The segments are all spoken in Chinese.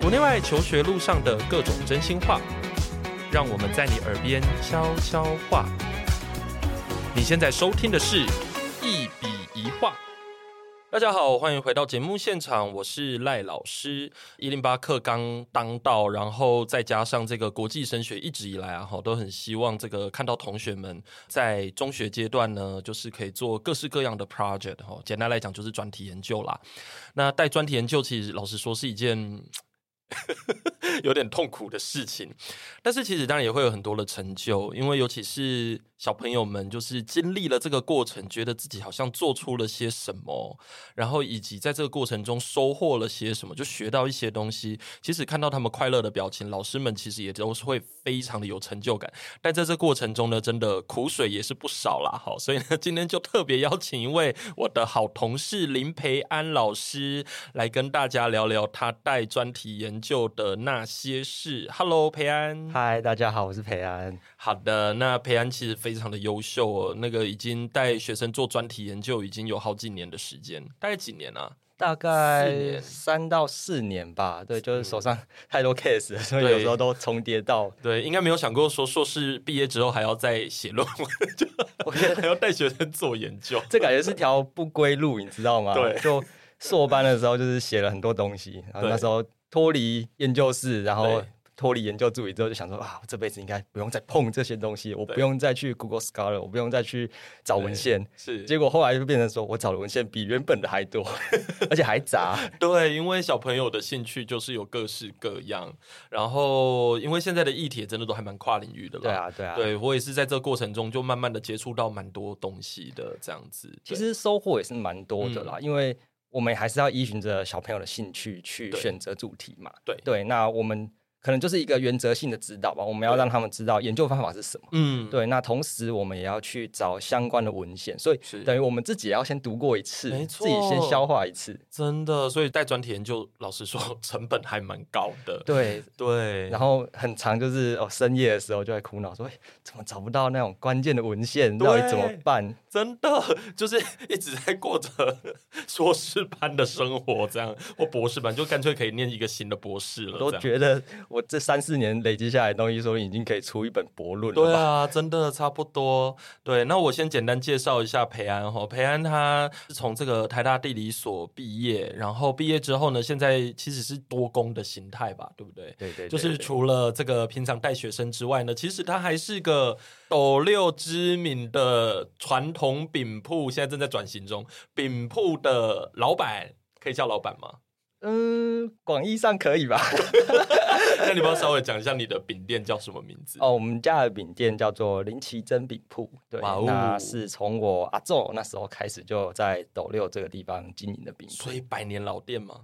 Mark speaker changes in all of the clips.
Speaker 1: 国内外求学路上的各种真心话，让我们在你耳边悄悄话。你现在收听的是《一笔一画》。大家好，欢迎回到节目现场，我是赖老师。一零八课刚当道，然后再加上这个国际升学，一直以来啊，哈，都很希望这个看到同学们在中学阶段呢，就是可以做各式各样的 project 哈。简单来讲，就是专题研究啦。那带专题研究，其实老实说是一件有点痛苦的事情，但是其实当然也会有很多的成就，因为尤其是小朋友们，就是经历了这个过程，觉得自己好像做出了些什么，然后以及在这个过程中收获了些什么，就学到一些东西。其实看到他们快乐的表情，老师们其实也都是会非常的有成就感。但在这过程中呢，真的苦水也是不少啦，好，所以呢，今天就特别邀请一位我的好同事林培安老师来跟大家聊聊他带专题研究的那些事。Hello，培安。
Speaker 2: 嗨，大家好，我是培安。
Speaker 1: 好的，那培安其实非常的优秀哦，那个已经带学生做专题研究已经有好几年的时间，大概几年啊？
Speaker 2: 大
Speaker 1: 四
Speaker 2: 概
Speaker 1: 年嗯
Speaker 2: 三到四年吧，对，就是手上 太多 case，了所以有时候都重叠到。
Speaker 1: 对，应该没有想过说硕士毕业之后还要再写论文，
Speaker 2: 我 觉得
Speaker 1: 还要带学生做研究。
Speaker 2: 这感觉是条不归路，你知道吗？
Speaker 1: 对
Speaker 2: 就硕班的时候就是写了很多东西，然后
Speaker 1: 对
Speaker 2: 那时候脱离研究室，然后
Speaker 1: 对
Speaker 2: 脱离研究助理之后，就想说啊，我这辈子应该不用再碰这些东西，我
Speaker 1: 对
Speaker 2: 不用再去 Google Scholar，我不用再去找文献。
Speaker 1: 是，
Speaker 2: 结果后来就变成说，我找的文献比原本的还多， 而且还杂。
Speaker 1: 对，因为小朋友的兴趣就是有各式各样，然后因为现在的议题也真的都还蛮跨领域的啦。
Speaker 2: 对啊，对啊，
Speaker 1: 对我也是在这个过程中就慢慢的接触到蛮多东西的，这样子。
Speaker 2: 其
Speaker 1: 对嗯
Speaker 2: 实收获也是蛮多的啦，因为我们还是要依循着小朋友的兴趣去
Speaker 1: 对
Speaker 2: 选择主题嘛。
Speaker 1: 对
Speaker 2: 对，那我们可能就是一个原则性的指导吧，我们要
Speaker 1: 对
Speaker 2: 让他们知道研究方法是什么。
Speaker 1: 嗯，
Speaker 2: 对，那同时我们也要去找相关的文献，所以
Speaker 1: 是
Speaker 2: 等于我们自己也要先读过一次
Speaker 1: 没，
Speaker 2: 自己先
Speaker 1: 错
Speaker 2: 消化一 次。
Speaker 1: 真的，所以带专题研究，老实说， 成本还蛮高的。
Speaker 2: 对，
Speaker 1: 对，
Speaker 2: 然后很长就是哦，深夜的时候就会苦恼说，哎，怎么找不到那种关键的文献，到底怎么
Speaker 1: 对
Speaker 2: 办？
Speaker 1: 真的 就是一直在过着 硕士班的生活，这样或博士班，就干脆可以念一个新的博士了。
Speaker 2: 都
Speaker 1: 这样
Speaker 2: 觉得我这三四年累积下来的东西，说不定已经可以出一本博论了吧？
Speaker 1: 对啊，真的差不多。对，那我先简单介绍一下培安哈。培安他是从这个台大地理所毕业，然后毕业之后呢，现在其实是多工的形态吧，对不对？
Speaker 2: 对对，
Speaker 1: 就是
Speaker 2: 对
Speaker 1: 除了这个平常带学生之外呢，其实他还是个斗六知名的传统饼铺，现在正在转型中，饼铺的老板。可以叫老板吗？
Speaker 2: 嗯，广义上可以吧？
Speaker 1: 那你帮我稍微讲一下你的饼店叫什么名字？
Speaker 2: 哦，我们家的饼店叫做林奇珍饼铺，对，
Speaker 1: 哇哦
Speaker 2: 那是从我阿昼那时候开始就在斗六这个地方经营的饼铺，
Speaker 1: 所以百年老店吗？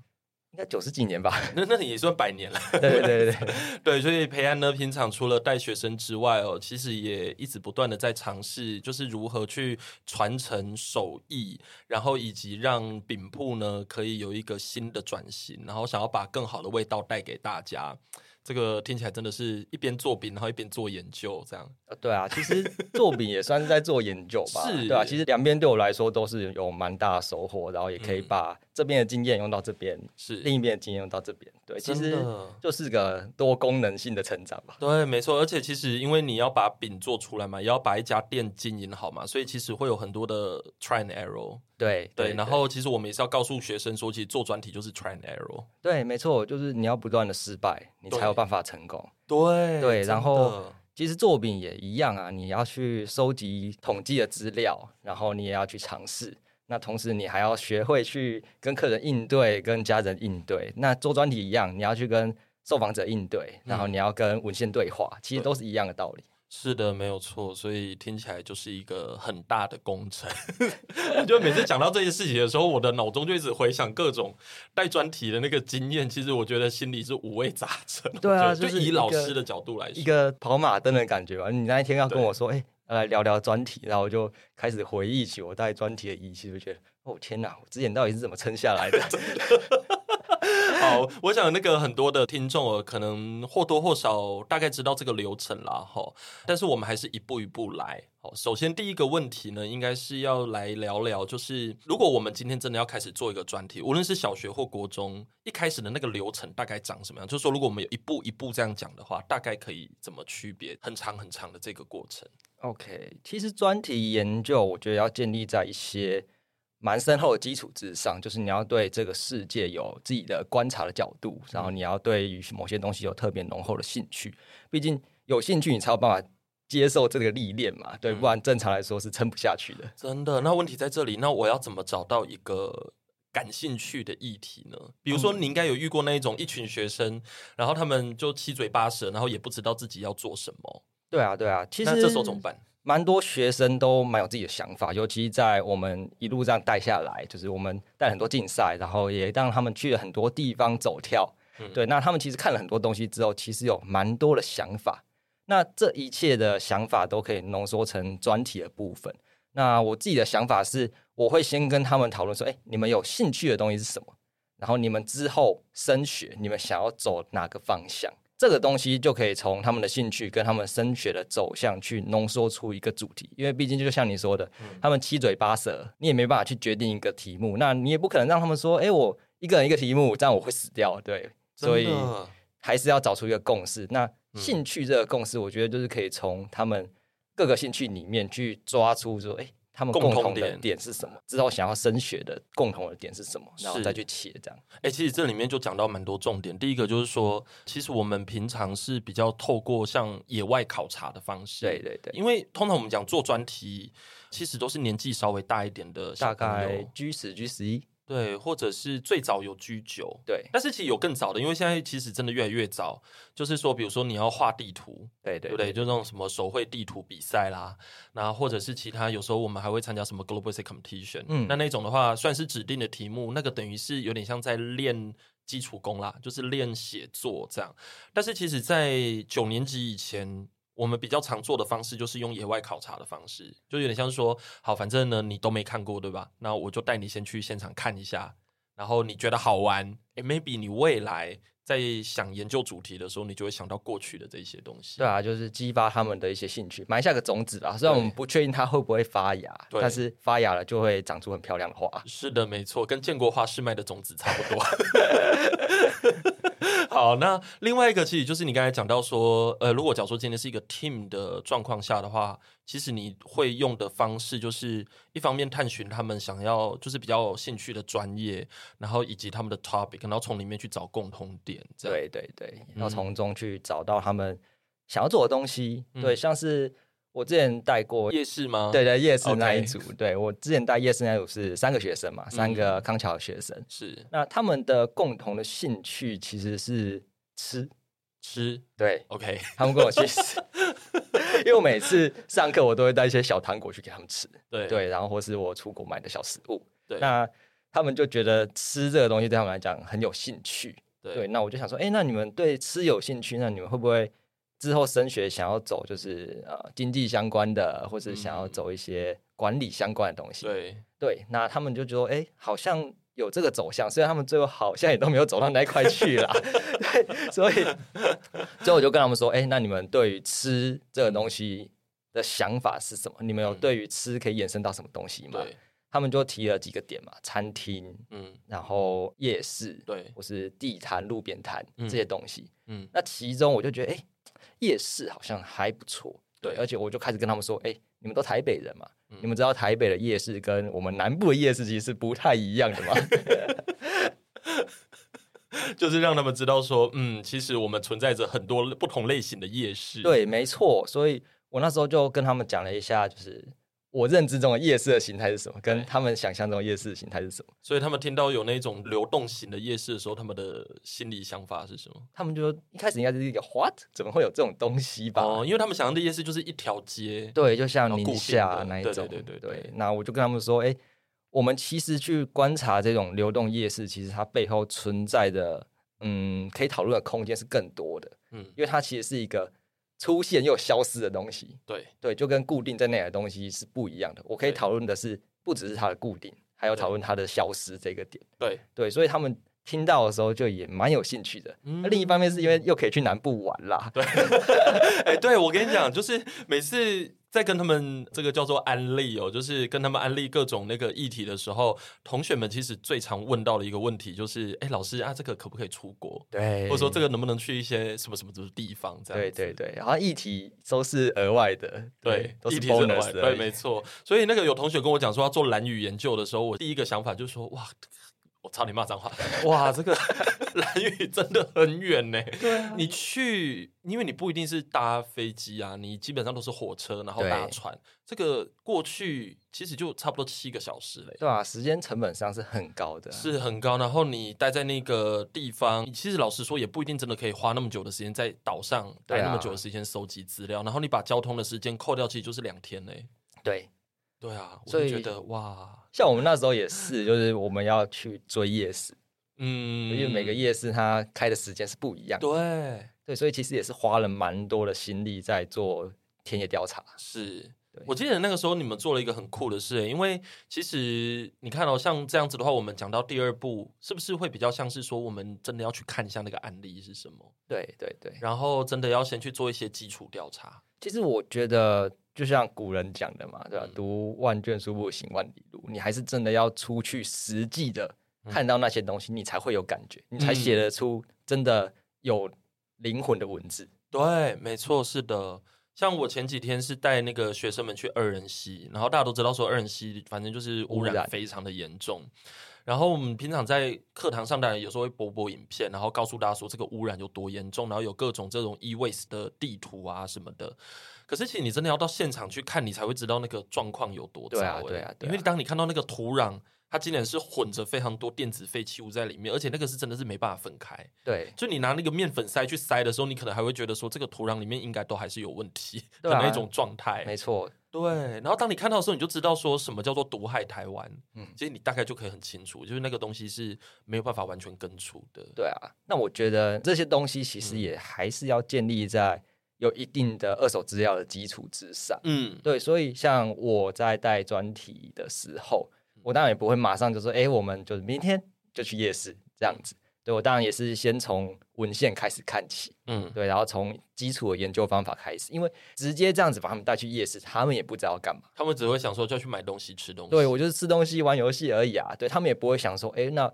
Speaker 2: 应该九十几年 吧？
Speaker 1: 那那你也算百年了。
Speaker 2: 对对对 对
Speaker 1: 对，所以培安呢，平常除了带学生之外哦，其实也一直不断的在尝试，就是如何去传承手艺，然后以及让饼铺呢可以有一个新的转型，然后想要把更好的味道带给大家。这个听起来真的是一边做饼，然后一边做研究，这样
Speaker 2: 呃对啊，其实做饼也算是在做研究吧，
Speaker 1: 是
Speaker 2: 对啊，其实两边对我来说都是有蛮大的收获，然后也可以
Speaker 1: 嗯
Speaker 2: 把这边的经验用到这边，
Speaker 1: 是
Speaker 2: 另一边的经验用到这边，对，其
Speaker 1: 真
Speaker 2: 实
Speaker 1: 的
Speaker 2: 就是个多功能性的成长吧。
Speaker 1: 对，没错，而且其实因为你要把饼做出来嘛，也要把一家店经营好嘛，所以其实会有很多的 try and error。
Speaker 2: 对
Speaker 1: 对，然后其实我们也是要告诉学生说，其实做专题就是 try and error。
Speaker 2: 对，没错，就是你要不断的失败，你才
Speaker 1: 对
Speaker 2: 有办法成功。
Speaker 1: 对
Speaker 2: 对
Speaker 1: 真
Speaker 2: 然后
Speaker 1: 的
Speaker 2: 其实做饼也一样啊，你要去收集统计的资料，然后你也要去尝试。那同时你还要学会去跟客人应对，跟家人应对。那做专题一样，你要去跟受访者应对，然
Speaker 1: 嗯
Speaker 2: 后你要跟文献对话，其实都是一样的道理。
Speaker 1: 是的，没有错，所以听起来就是一个很大的工 程。我觉得每次讲到这些事情的时候，我的脑中就一直回想各种带专题的那个经验，其实我觉得心里是五味杂陈。
Speaker 2: 对啊
Speaker 1: 我觉得
Speaker 2: 就是
Speaker 1: 以
Speaker 2: 一
Speaker 1: 老
Speaker 2: 个
Speaker 1: 师的角度来说，
Speaker 2: 一个跑马灯的感觉吧。你那一天要跟
Speaker 1: 对
Speaker 2: 我说，哎、来聊聊专题，然后我就开始回忆起我带专题的仪器，就觉得，哦天哪，我之前到底是怎么撑下来的？
Speaker 1: 好，我想那个很多的听众呃，可能或多或少大概知道这个流程啦，哈。但是我们还是一步一步来。好，首先第一个问题呢，应该是要来聊聊，就是如果我们今天真的要开始做一个专题，无论是小学或国中，一开始的那个流程大概长什么样？就是说，如果我们有一步一步这样讲的话，大概可以怎么区别很长很长的这个过程？
Speaker 2: OK，其实专题研究我觉得要建立在一些蛮深厚的基础之上，就是你要对这个世界有自己的观察的角度，然后你要对于某些东西有特别浓厚的兴趣。毕竟有兴趣，你才有办法接受这个历练嘛，对，不然正常来说是撑不下去的。
Speaker 1: 真的，那问题在这里，那我要怎么找到一个感兴趣的议题呢？比如说，
Speaker 2: 嗯
Speaker 1: 你应该有遇过那一种一群学生，然后他们就七嘴八舌，然后也不知道自己要做什么，
Speaker 2: 对啊，对啊，其
Speaker 1: 那
Speaker 2: 实
Speaker 1: 这时候怎么办？
Speaker 2: 蛮多学生都蛮有自己的想法，尤其在我们一路这样带下来，就是我们带很多竞赛，然后也让他们去了很多地方走跳。
Speaker 1: 嗯
Speaker 2: 对，那他们其实看了很多东西之后，其实有蛮多的想法。那这一切的想法都可以浓缩成专题的部分。那我自己的想法是，我会先跟他们讨论说，哎、你们有兴趣的东西是什么？然后你们之后升学，你们想要走哪个方向？这个东西就可以从他们的兴趣跟他们升学的走向去浓缩出一个主题，因为毕竟就像你说的，
Speaker 1: 嗯
Speaker 2: 他们七嘴八舌，你也没办法去决定一个题目，那你也不可能让他们说，哎，我一个人一个题目，这样我会死掉，对，所以
Speaker 1: 真的
Speaker 2: 还是要找出一个共识。那
Speaker 1: 嗯
Speaker 2: 兴趣这个共识，我觉得就是可以从他们各个兴趣里面去抓出说，哎，他们
Speaker 1: 共
Speaker 2: 共
Speaker 1: 同
Speaker 2: 同的
Speaker 1: 点
Speaker 2: 点是什么，之后想要升学的共同的点是什么，然后
Speaker 1: 是
Speaker 2: 再去切这样。
Speaker 1: 哎、其实这里面就讲到蛮多重点。第一个就是说，其实我们平常是比较透过像野外考察的方式，
Speaker 2: 对对对，
Speaker 1: 因为通常我们讲做专题，其实都是年纪稍微大一点的小
Speaker 2: 大
Speaker 1: 朋友，
Speaker 2: 概 G 十 G 十一，
Speaker 1: 对，或者是最早有居酒，
Speaker 2: 对
Speaker 1: 但是其实有更早的，因为现在其实真的越来越早，就是说，比如说你要画地图，
Speaker 2: 对
Speaker 1: 对
Speaker 2: 对
Speaker 1: 不对？就那种什么手绘地图比赛啦，那或者是其他，有时候我们还会参加什么 Global Set Competition，嗯
Speaker 2: 嗯，
Speaker 1: 那那种的话算是指定的题目，那个等于是有点像在练。基础功啦，就是练写作这样。但是其实，在九年级以前，我们比较常做的方式就是用野外考察的方式，就有点像是说，好，反正呢你都没看过，对吧？那我就带你先去现场看一下，然后你觉得好玩，诶 m a y b e 你未来在想研究主题的时候，你就会想到过去的这些东西。
Speaker 2: 对啊，就是激发他们的一些兴趣，埋下个种子吧。虽然我们不确定它会不会发芽，
Speaker 1: 对
Speaker 2: 但是发芽了就会长出很漂亮的花。
Speaker 1: 是的，没错，跟建国花市卖的种子差不多。 好，那另外一个其实就是你刚才讲到说，呃，如果假如说今天是一个 team 的状况下的话，其实你会用的方式就是一方面探寻他们想要就是比较有兴趣的专业，然后以及他们的 topic，然后从里面去找共同点。这样，
Speaker 2: 对对对，
Speaker 1: 嗯
Speaker 2: 要从中去找到他们想要做的东西。
Speaker 1: 嗯
Speaker 2: 对，像是我之前带过
Speaker 1: 夜市吗？
Speaker 2: 对，对夜市那一
Speaker 1: OK
Speaker 2: 组，对我之前带夜市那一组是三个学生嘛，三
Speaker 1: 嗯
Speaker 2: 个康桥的学生。
Speaker 1: 是
Speaker 2: 那他们的共同的兴趣其实是吃，
Speaker 1: 吃。
Speaker 2: 对，
Speaker 1: OK，
Speaker 2: 他们跟我去吃， 因为我每次上课我都会带一些小糖果去给他们吃，
Speaker 1: 对
Speaker 2: 对，然后或是我出国买的小食物，
Speaker 1: 对
Speaker 2: 那他们就觉得吃这个东西对他们来讲很有兴趣，
Speaker 1: 对
Speaker 2: 对，那我就想说，哎，那你们对吃有兴趣，那你们会不会之后升学想要走就是呃经济相关的，或是想要
Speaker 1: 嗯
Speaker 2: 走一些管理相关的东西？
Speaker 1: 对
Speaker 2: 对，那他们就觉得，哎，好像有这个走向，虽然他们最后好像也都没有走到那一块去 啦。对，所以，所以我就跟他们说，哎，那你们对于吃这个东西的想法是什么？你们有
Speaker 1: 嗯
Speaker 2: 对于吃可以衍生到什么东西吗？
Speaker 1: 对，
Speaker 2: 他们就提了几个点嘛，餐厅，
Speaker 1: 嗯，
Speaker 2: 然后夜市，
Speaker 1: 对
Speaker 2: 或是地摊、路边摊
Speaker 1: 嗯
Speaker 2: 这些东西。
Speaker 1: 嗯，
Speaker 2: 那其中我就觉得，哎，夜市好像还不错。
Speaker 1: 对
Speaker 2: 而且我就开始跟他们说，哎，你们都台北人嘛，
Speaker 1: 嗯
Speaker 2: 你们知道台北的夜市跟我们南部的夜市其实是不太一样 的嘛？
Speaker 1: 就是让他们知道说，嗯，其实我们存在着很多不同类型的夜市。，
Speaker 2: 对，没错。所以我那时候就跟他们讲了一下，就是我认知中的夜市的形态是什么，跟他们想象中的夜市的形态是什么。
Speaker 1: 所以他们听到有那种流动型的夜市的时候，他们的心理想法是什么？
Speaker 2: 他们就说一开始应该是一个 what，怎么会有这种东西吧？
Speaker 1: 哦，因为他们想象的夜市就是一条街。
Speaker 2: 对，就
Speaker 1: 然
Speaker 2: 像
Speaker 1: 后哦固
Speaker 2: 宁
Speaker 1: 定
Speaker 2: 夏
Speaker 1: 的
Speaker 2: 那一
Speaker 1: 对对
Speaker 2: 种，
Speaker 1: 对对对
Speaker 2: 那我就跟他们说，哎，我们其实去观察这种流动夜市，其实它背后存在的，嗯，可以讨论的空间是更多的，
Speaker 1: 嗯，
Speaker 2: 因为它其实是一个出现又消失的东西，
Speaker 1: 对，
Speaker 2: 对，就跟固定在那里的东西是不一样的。我可以
Speaker 1: 对
Speaker 2: 讨论的是，不只是它的固定，还有
Speaker 1: 对
Speaker 2: 讨论它的消失这个点。
Speaker 1: 对，
Speaker 2: 对，所以他们听到的时候就也蛮有兴趣的。
Speaker 1: 嗯
Speaker 2: 那 另一方面是因为又可以去南部玩啦，
Speaker 1: 哎、对我跟你讲，就是每次在跟他们这个叫做安利哦，就是跟他们安利各种那个议题的时候，同学们其实最常问到的一个问题就是，哎、老师啊，这个可不可以出国？
Speaker 2: 对，
Speaker 1: 或者说这个能不能去一些什么什么什么地方？这样
Speaker 2: 对
Speaker 1: 子
Speaker 2: 对对，然后议题都是额外的，
Speaker 1: 对，
Speaker 2: 都
Speaker 1: 议
Speaker 2: 是
Speaker 1: 题额
Speaker 2: bonus
Speaker 1: 外
Speaker 2: 的，
Speaker 1: 对，没错。所以那个有同学跟我讲说要做蓝语研究的时候，我第一个想法就是说，哇， 我操你骂 脏话，哇，这个 蓝语真的很远呢。对、
Speaker 2: 啊
Speaker 1: 你去，因为你不一定是搭飞机啊，你基本上都是火车，然后搭
Speaker 2: 对
Speaker 1: 船，这个过去其实就差不多七个小时嘞。
Speaker 2: 对啊，时间成本上是很高的，啊
Speaker 1: 是很高，然后你待在那个地方，其实老实说也不一定真的可以花那么久的时间在岛上待
Speaker 2: 对啊
Speaker 1: 那么久的时间收集资料，然后你把交通的时间扣掉，其实就是两天嘞。
Speaker 2: 对。
Speaker 1: 对啊，我
Speaker 2: 所
Speaker 1: 就
Speaker 2: 以
Speaker 1: 觉得哇，
Speaker 2: 像我们那时候也是，就是我们要去追夜市，
Speaker 1: 嗯，
Speaker 2: 因为每个夜市它开的时间是不一样的，
Speaker 1: 对
Speaker 2: 对，所以其实也是花了蛮多的心力在做田野调查。
Speaker 1: 是
Speaker 2: 对。
Speaker 1: 我记得那个时候你们做了一个很酷的事、欸因为其实你看哦，像这样子的话，我们讲到第二步，是不是会比较像是说，我们真的要去看一下那个案例是什么，
Speaker 2: 对对对，
Speaker 1: 然后真的要先去做一些基础调查。
Speaker 2: 其实我觉得就像古人讲的嘛，对吧、
Speaker 1: 嗯
Speaker 2: 读万卷书不行万里路，你还是真的要出去实际的
Speaker 1: 嗯
Speaker 2: 看到那些东西，你才会有感觉，你才写得出真的有灵魂的文字。
Speaker 1: 对，没错，是的。像我前几天是带那个学生们去二人溪，然后大家都知道说二人溪反正就是污
Speaker 2: 污
Speaker 1: 染
Speaker 2: 染
Speaker 1: 非常的严重。然后我们平常在课堂上，当然有时候会播播影片，然后告诉大家说这个污染有多严重，然后有各种这种 e waste 的地图啊什么的。可是其实你真的要到现场去看，你才会知道那个状况有多糟、
Speaker 2: 对啊
Speaker 1: 欸
Speaker 2: 对啊对
Speaker 1: 因为
Speaker 2: 啊
Speaker 1: 当你看到那个土壤，它竟然是混着非常多电子废弃物在里面，而且那个是真的是没办法分开。
Speaker 2: 对，
Speaker 1: 就你拿那个面粉筛去筛的时候，你可能还会觉得说这个土壤里面应该都还是有问题的
Speaker 2: 对啊
Speaker 1: 那一种状态。
Speaker 2: 没错，
Speaker 1: 对，然后当你看到的时候，你就知道说什么叫做毒害台湾。嗯
Speaker 2: 嗯，
Speaker 1: 其实你大概就可以很清楚，就是那个东西是没有办法完全根除的。
Speaker 2: 对啊。那我觉得这些东西其实
Speaker 1: 嗯
Speaker 2: 也还是要建立在有一定的二手资料的基础之上。
Speaker 1: 嗯，
Speaker 2: 对，所以像我在带专题的时候，我当然也不会马上就说，哎、我们就是明天就去夜市这样子。对我当然也是先从文献开始看起，
Speaker 1: 嗯，
Speaker 2: 对，然后从基础的研究方法开始，因为直接这样子把他们带去夜市，他们也不知道干嘛。
Speaker 1: 他们只会想说就要去买东西吃东西。
Speaker 2: 对我就是吃东西、玩游戏而已啊，对他们也不会想说，哎、那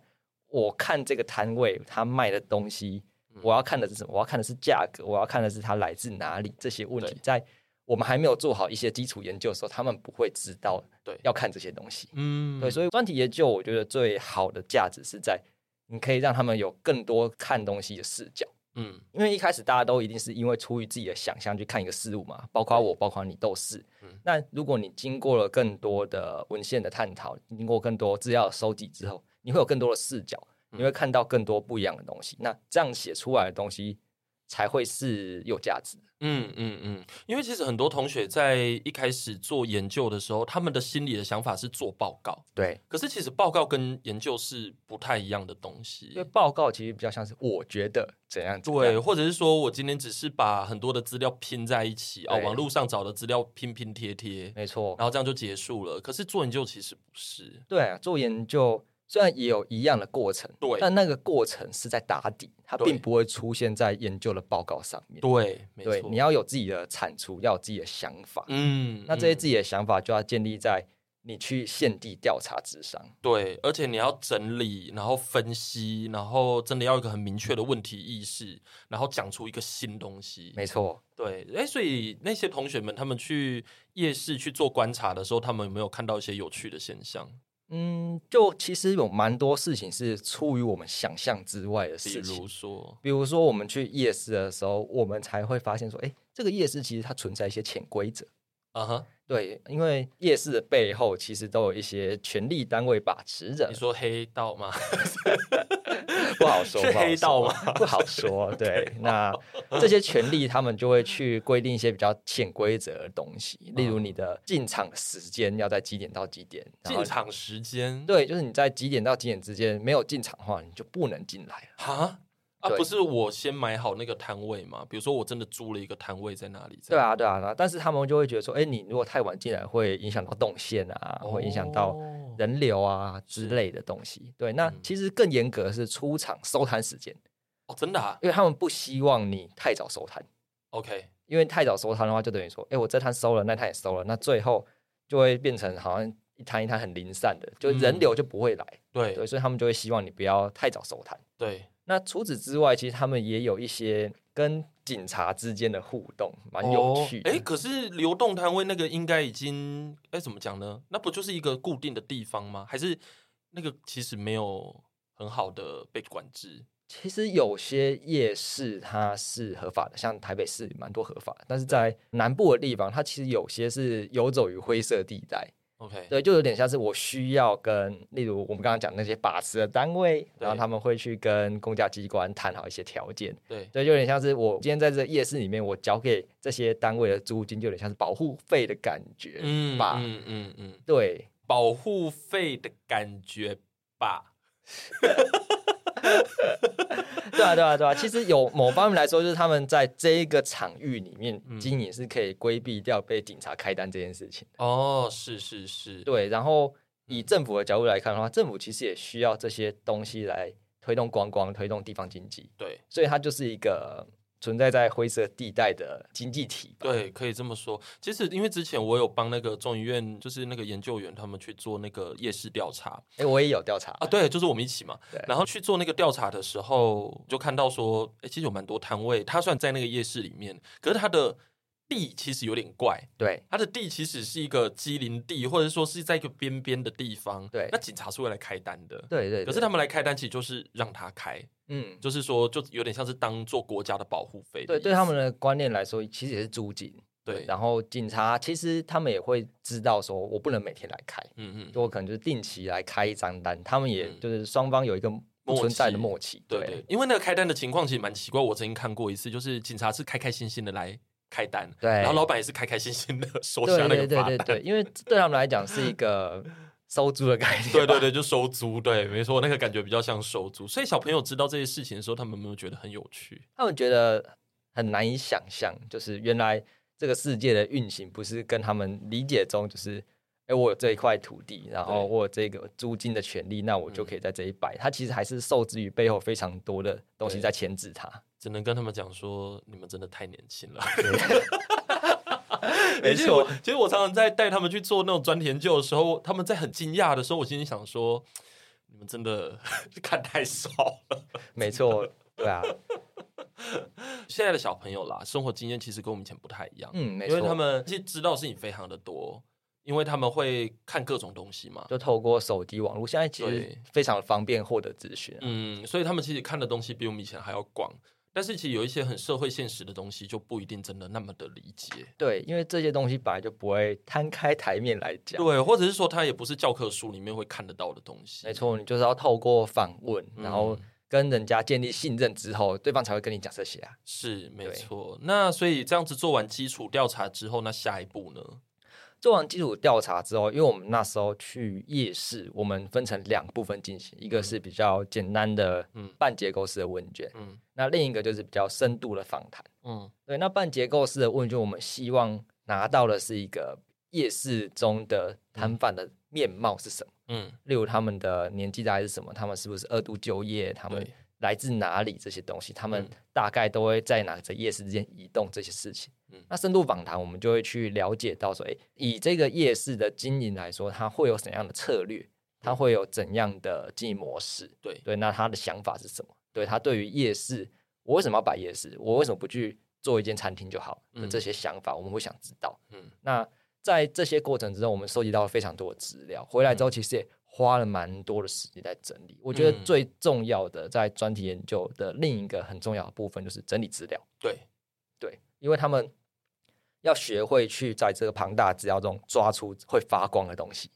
Speaker 2: 我看这个摊位他卖的东西，
Speaker 1: 嗯
Speaker 2: 我要看的是什么？我要看的是价格，我要看的是它来自哪里这些问题
Speaker 1: 对，
Speaker 2: 在我们还没有做好一些基础研究的时候，他们不会知道
Speaker 1: 对
Speaker 2: 要看这些东西。
Speaker 1: 嗯，
Speaker 2: 对，所以专题研究我觉得最好的价值是在你可以让他们有更多看东西的视角。
Speaker 1: 嗯，
Speaker 2: 因为一开始大家都一定是因为出于自己的想象去看一个事物嘛，包括我，包括你都是
Speaker 1: 嗯。
Speaker 2: 那如果你经过了更多的文献的探讨，经过更多资料的收集之后，你会有更多的视角，你
Speaker 1: 嗯
Speaker 2: 会看到更多不一样的东西。那这样写出来的东西才会是有价值的。
Speaker 1: 嗯嗯嗯，因为其实很多同学在一开始做研究的时候，他们的心里的想法是做报告，
Speaker 2: 对，
Speaker 1: 可是其实报告跟研究是不太一样的东西。
Speaker 2: 因为报告其实比较像是我觉得怎样怎
Speaker 1: 对，
Speaker 2: 样。
Speaker 1: 或者是说我今天只是把很多的资料拼在一起啊、
Speaker 2: 对
Speaker 1: 网络上找的资料拼拼贴贴，
Speaker 2: 没错。
Speaker 1: 然后这样就结束了。可是做研究其实不是，
Speaker 2: 对啊，做研究虽然也有一样的过程，
Speaker 1: 对
Speaker 2: 但那个过程是在打底，它
Speaker 1: 对
Speaker 2: 并不会出现在研究的报告上面。
Speaker 1: 对，没
Speaker 2: 对，
Speaker 1: 错，
Speaker 2: 你要有自己的产出，要有自己的想法。
Speaker 1: 嗯，
Speaker 2: 那这些
Speaker 1: 嗯
Speaker 2: 自己的想法就要建立在你去现地调查之上。
Speaker 1: 对，而且你要整理，然后分析，然后真的要有一个很明确的问题意识，然后讲出一个新东西。
Speaker 2: 没错，
Speaker 1: 对，哎，所以那些同学们他们去夜市去做观察的时候，他们有没有看到一些有趣的现象？
Speaker 2: 嗯，就其实有蛮多事情是出于我们想象之外的
Speaker 1: 比
Speaker 2: 事情。
Speaker 1: 如说，
Speaker 2: 比如说，我们去夜市的时候，我们才会发现说，哎，这个夜市其实它存在一些潜规则。
Speaker 1: 啊哈，
Speaker 2: 对，因为夜市的背后其实都有一些权力单位把持着
Speaker 1: 你，说黑道吗？
Speaker 2: 不好说，
Speaker 1: 是
Speaker 2: 不好
Speaker 1: 黑道
Speaker 2: 说
Speaker 1: 吗？
Speaker 2: 不 好说。对，那这些权利他们就会去规定一些比较潜规则的东西，
Speaker 1: 嗯
Speaker 2: 例如你的进场的时间要在几点到几点，然后
Speaker 1: 进场时间
Speaker 2: 对，就是你在几点到几点之间没有进场的话，你就不能进来了。
Speaker 1: 哈，啊，
Speaker 2: 对
Speaker 1: 不是我先买好那个摊位嘛？比如说我真的租了一个摊位在那里，这
Speaker 2: 对
Speaker 1: 样
Speaker 2: 啊，对啊，对啊。但是他们就会觉得说，哎，你如果太晚进来，会影响到动线啊，会影响到
Speaker 1: 哦
Speaker 2: 人流啊之类的东西。对，那
Speaker 1: 嗯
Speaker 2: 其实更严格的是出厂收摊时间，
Speaker 1: 哦，真的啊
Speaker 2: 因为他们不希望你太早收摊，
Speaker 1: ，OK，
Speaker 2: 因为太早收摊的话，就等于说，哎，我这摊收了，那摊也收了，那最后就会变成好像一摊一摊很零散的，就人
Speaker 1: 嗯
Speaker 2: 流就不会来。对，
Speaker 1: 对
Speaker 2: 所以他们就会希望你不要太早收摊。
Speaker 1: 对，
Speaker 2: 那除此之外，其实他们也有一些跟警察之间的互动，蛮有趣的。
Speaker 1: 哎、诶可是流动摊位那个应该已经，哎、怎么讲呢？那不就是一个固定的地方吗？还是那个其实没有很好的被管制？
Speaker 2: 其实有些夜市它是合法的，像台北市蛮多合法的，但是在南部的地方，它其实有些是游走于灰色地带。
Speaker 1: OK，
Speaker 2: 对，就有点像是我需要跟，例如我们刚刚讲那些把持的单位，然后
Speaker 1: 对
Speaker 2: 他们会去跟公家机关谈好一些条件。
Speaker 1: 对
Speaker 2: 对，就有点像是我今天在这夜市里面，我交给这些单位的租金，就有点像是保护费的感觉。
Speaker 1: 嗯
Speaker 2: 吧
Speaker 1: 嗯嗯嗯，
Speaker 2: 对，
Speaker 1: 保护费的感觉吧。
Speaker 2: 对啊，对啊，对啊。其实有某方面来说，就是他们在这一个场域里面
Speaker 1: 嗯
Speaker 2: 经营是可以规避掉被警察开单这件事情。
Speaker 1: 哦，是是是，
Speaker 2: 对，然后
Speaker 1: 嗯
Speaker 2: 以政府的角度来看的话，政府其实也需要这些东西来推动观光、推动地方经济，
Speaker 1: 对
Speaker 2: 所以它就是一个存在在灰色地带的经济体吧。
Speaker 1: 对，可以这么说。其实因为之前我有帮那个众议院，就是那个研究员他们去做那个夜市调查，
Speaker 2: 哎，我也有调查
Speaker 1: 啊，对，就是我们一起嘛
Speaker 2: 对。
Speaker 1: 然后去做那个调查的时候，就看到说，哎，其实有蛮多摊位，它虽然在那个夜市里面，可是它的地其实有点怪，
Speaker 2: 对
Speaker 1: 它的地其实是一个机林地，或者说是在一个边边的地方。
Speaker 2: 对
Speaker 1: 那警察是会来开单的。
Speaker 2: 对对，
Speaker 1: 可是
Speaker 2: 对
Speaker 1: 他们来开单，其实就是让他开，
Speaker 2: 嗯，
Speaker 1: 就是说，就有点像是当做国家的保护费的意
Speaker 2: 对
Speaker 1: 思。
Speaker 2: 对他们的观念来说，其实也是租金。
Speaker 1: 对，
Speaker 2: 然后警察其实他们也会知道，说我不能每天来开。
Speaker 1: 嗯嗯，
Speaker 2: 我可能就是定期来开一张单，他们也
Speaker 1: 嗯
Speaker 2: 就是双方有一个不存在的默契，
Speaker 1: 对对，因为那个开单的情况其实蛮奇怪，我曾经看过一次，就是警察是开开心心的来开单，
Speaker 2: 对
Speaker 1: 然后老板也是开开心心的 收下
Speaker 2: 对
Speaker 1: 那个
Speaker 2: 对对
Speaker 1: 罚
Speaker 2: 对
Speaker 1: 单，
Speaker 2: 对，因为对他们来讲是一个 收租的概念，
Speaker 1: 对对，对，就收租，对，没错，那个感觉比较像收租。所以小朋友知道这些事情的时候，他们有没有觉得很有趣？
Speaker 2: 他们觉得很难以想象，就是原来这个世界的运行不是跟他们理解中就是。哎，我有这一块土地，然后
Speaker 1: 对
Speaker 2: 我有这个租金的权利，那我就可以在这里摆。它其实还是受制于背后非常多的东西
Speaker 1: 对
Speaker 2: 在牵制 它。
Speaker 1: 只能跟他们讲说，你们真的太年轻了。
Speaker 2: 没
Speaker 1: 其实我
Speaker 2: 错，
Speaker 1: 其实我常常在带他们去做那种专题研究的时候，他们在很惊讶的时候，我心里想说，你们真的 看太少了。
Speaker 2: 没错，对啊，
Speaker 1: 现在的小朋友啦，生活经验其实跟我们以前不太一样。
Speaker 2: 嗯，没
Speaker 1: 因
Speaker 2: 错。
Speaker 1: 为他们其实知道的事情非常的多，因为他们会看各种东西嘛。
Speaker 2: 就透过手机网络，现在其实
Speaker 1: 对
Speaker 2: 非常方便获得资讯啊、
Speaker 1: 嗯，所以他们其实看的东西比我们以前还要广，但是其实有一些很社会现实的东西就不一定真的那么的理解。
Speaker 2: 对，因为这些东西本来就不会摊开台面来讲。
Speaker 1: 对，或者是说他也不是教科书里面会看得到的东西。
Speaker 2: 没，错，你就是要透过访问，然后跟人家建立信任之后，对方才会跟你讲这些啊。
Speaker 1: 是没
Speaker 2: 对
Speaker 1: 错。那所以这样子做完基础调查之后，那下一步呢？
Speaker 2: 做完基础调查之后，因为我们那时候去夜市，我们分成两部分进行，一个是比较简单的
Speaker 1: 嗯
Speaker 2: 半结构式的问卷，
Speaker 1: 嗯
Speaker 2: 那另一个就是比较深度的访谈。
Speaker 1: 嗯
Speaker 2: 对，那半结构式的问卷，我们希望拿到的是一个夜市中的摊贩的面貌是什么。
Speaker 1: 嗯，
Speaker 2: 例如他们的年纪大概是什么，他们是不是二度就业，他们
Speaker 1: 对
Speaker 2: 来自哪里这些东西，他们
Speaker 1: 嗯
Speaker 2: 大概都会在哪个夜市之间移动这些事情。
Speaker 1: 嗯
Speaker 2: 那深度访谈，我们就会去了解到说，诶，以这个夜市的经营来说，它会有怎样的策略，它会有怎样的经营模式？
Speaker 1: 对
Speaker 2: 对，那他的想法是什么？对他对于夜市，我为什么要摆夜市？我为什么不去做一间餐厅就好？的
Speaker 1: 嗯
Speaker 2: 这些想法，我们会想知道。
Speaker 1: 嗯
Speaker 2: 那在这些过程之中，我们收集到了非常多的资料，回来之后其实也花了蛮多的时间在整理。我觉得
Speaker 1: 嗯
Speaker 2: 最重要的，在专题研究的另一个很重要的部分就是整理资料，
Speaker 1: 对，
Speaker 2: 对，因为他们要学会去在这个庞大的资料中抓出会发光的东西。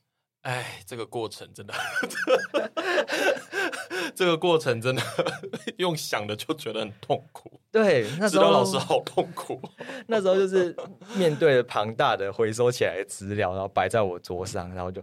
Speaker 1: 哎，这个过程真的，这个过程真的 用想的就觉得很痛苦，
Speaker 2: 对，那
Speaker 1: 指
Speaker 2: 时
Speaker 1: 导
Speaker 2: 候
Speaker 1: 老师好痛 苦。
Speaker 2: 那时候就是 面对着庞大的回收起来的资料，然后摆在我桌上，然后就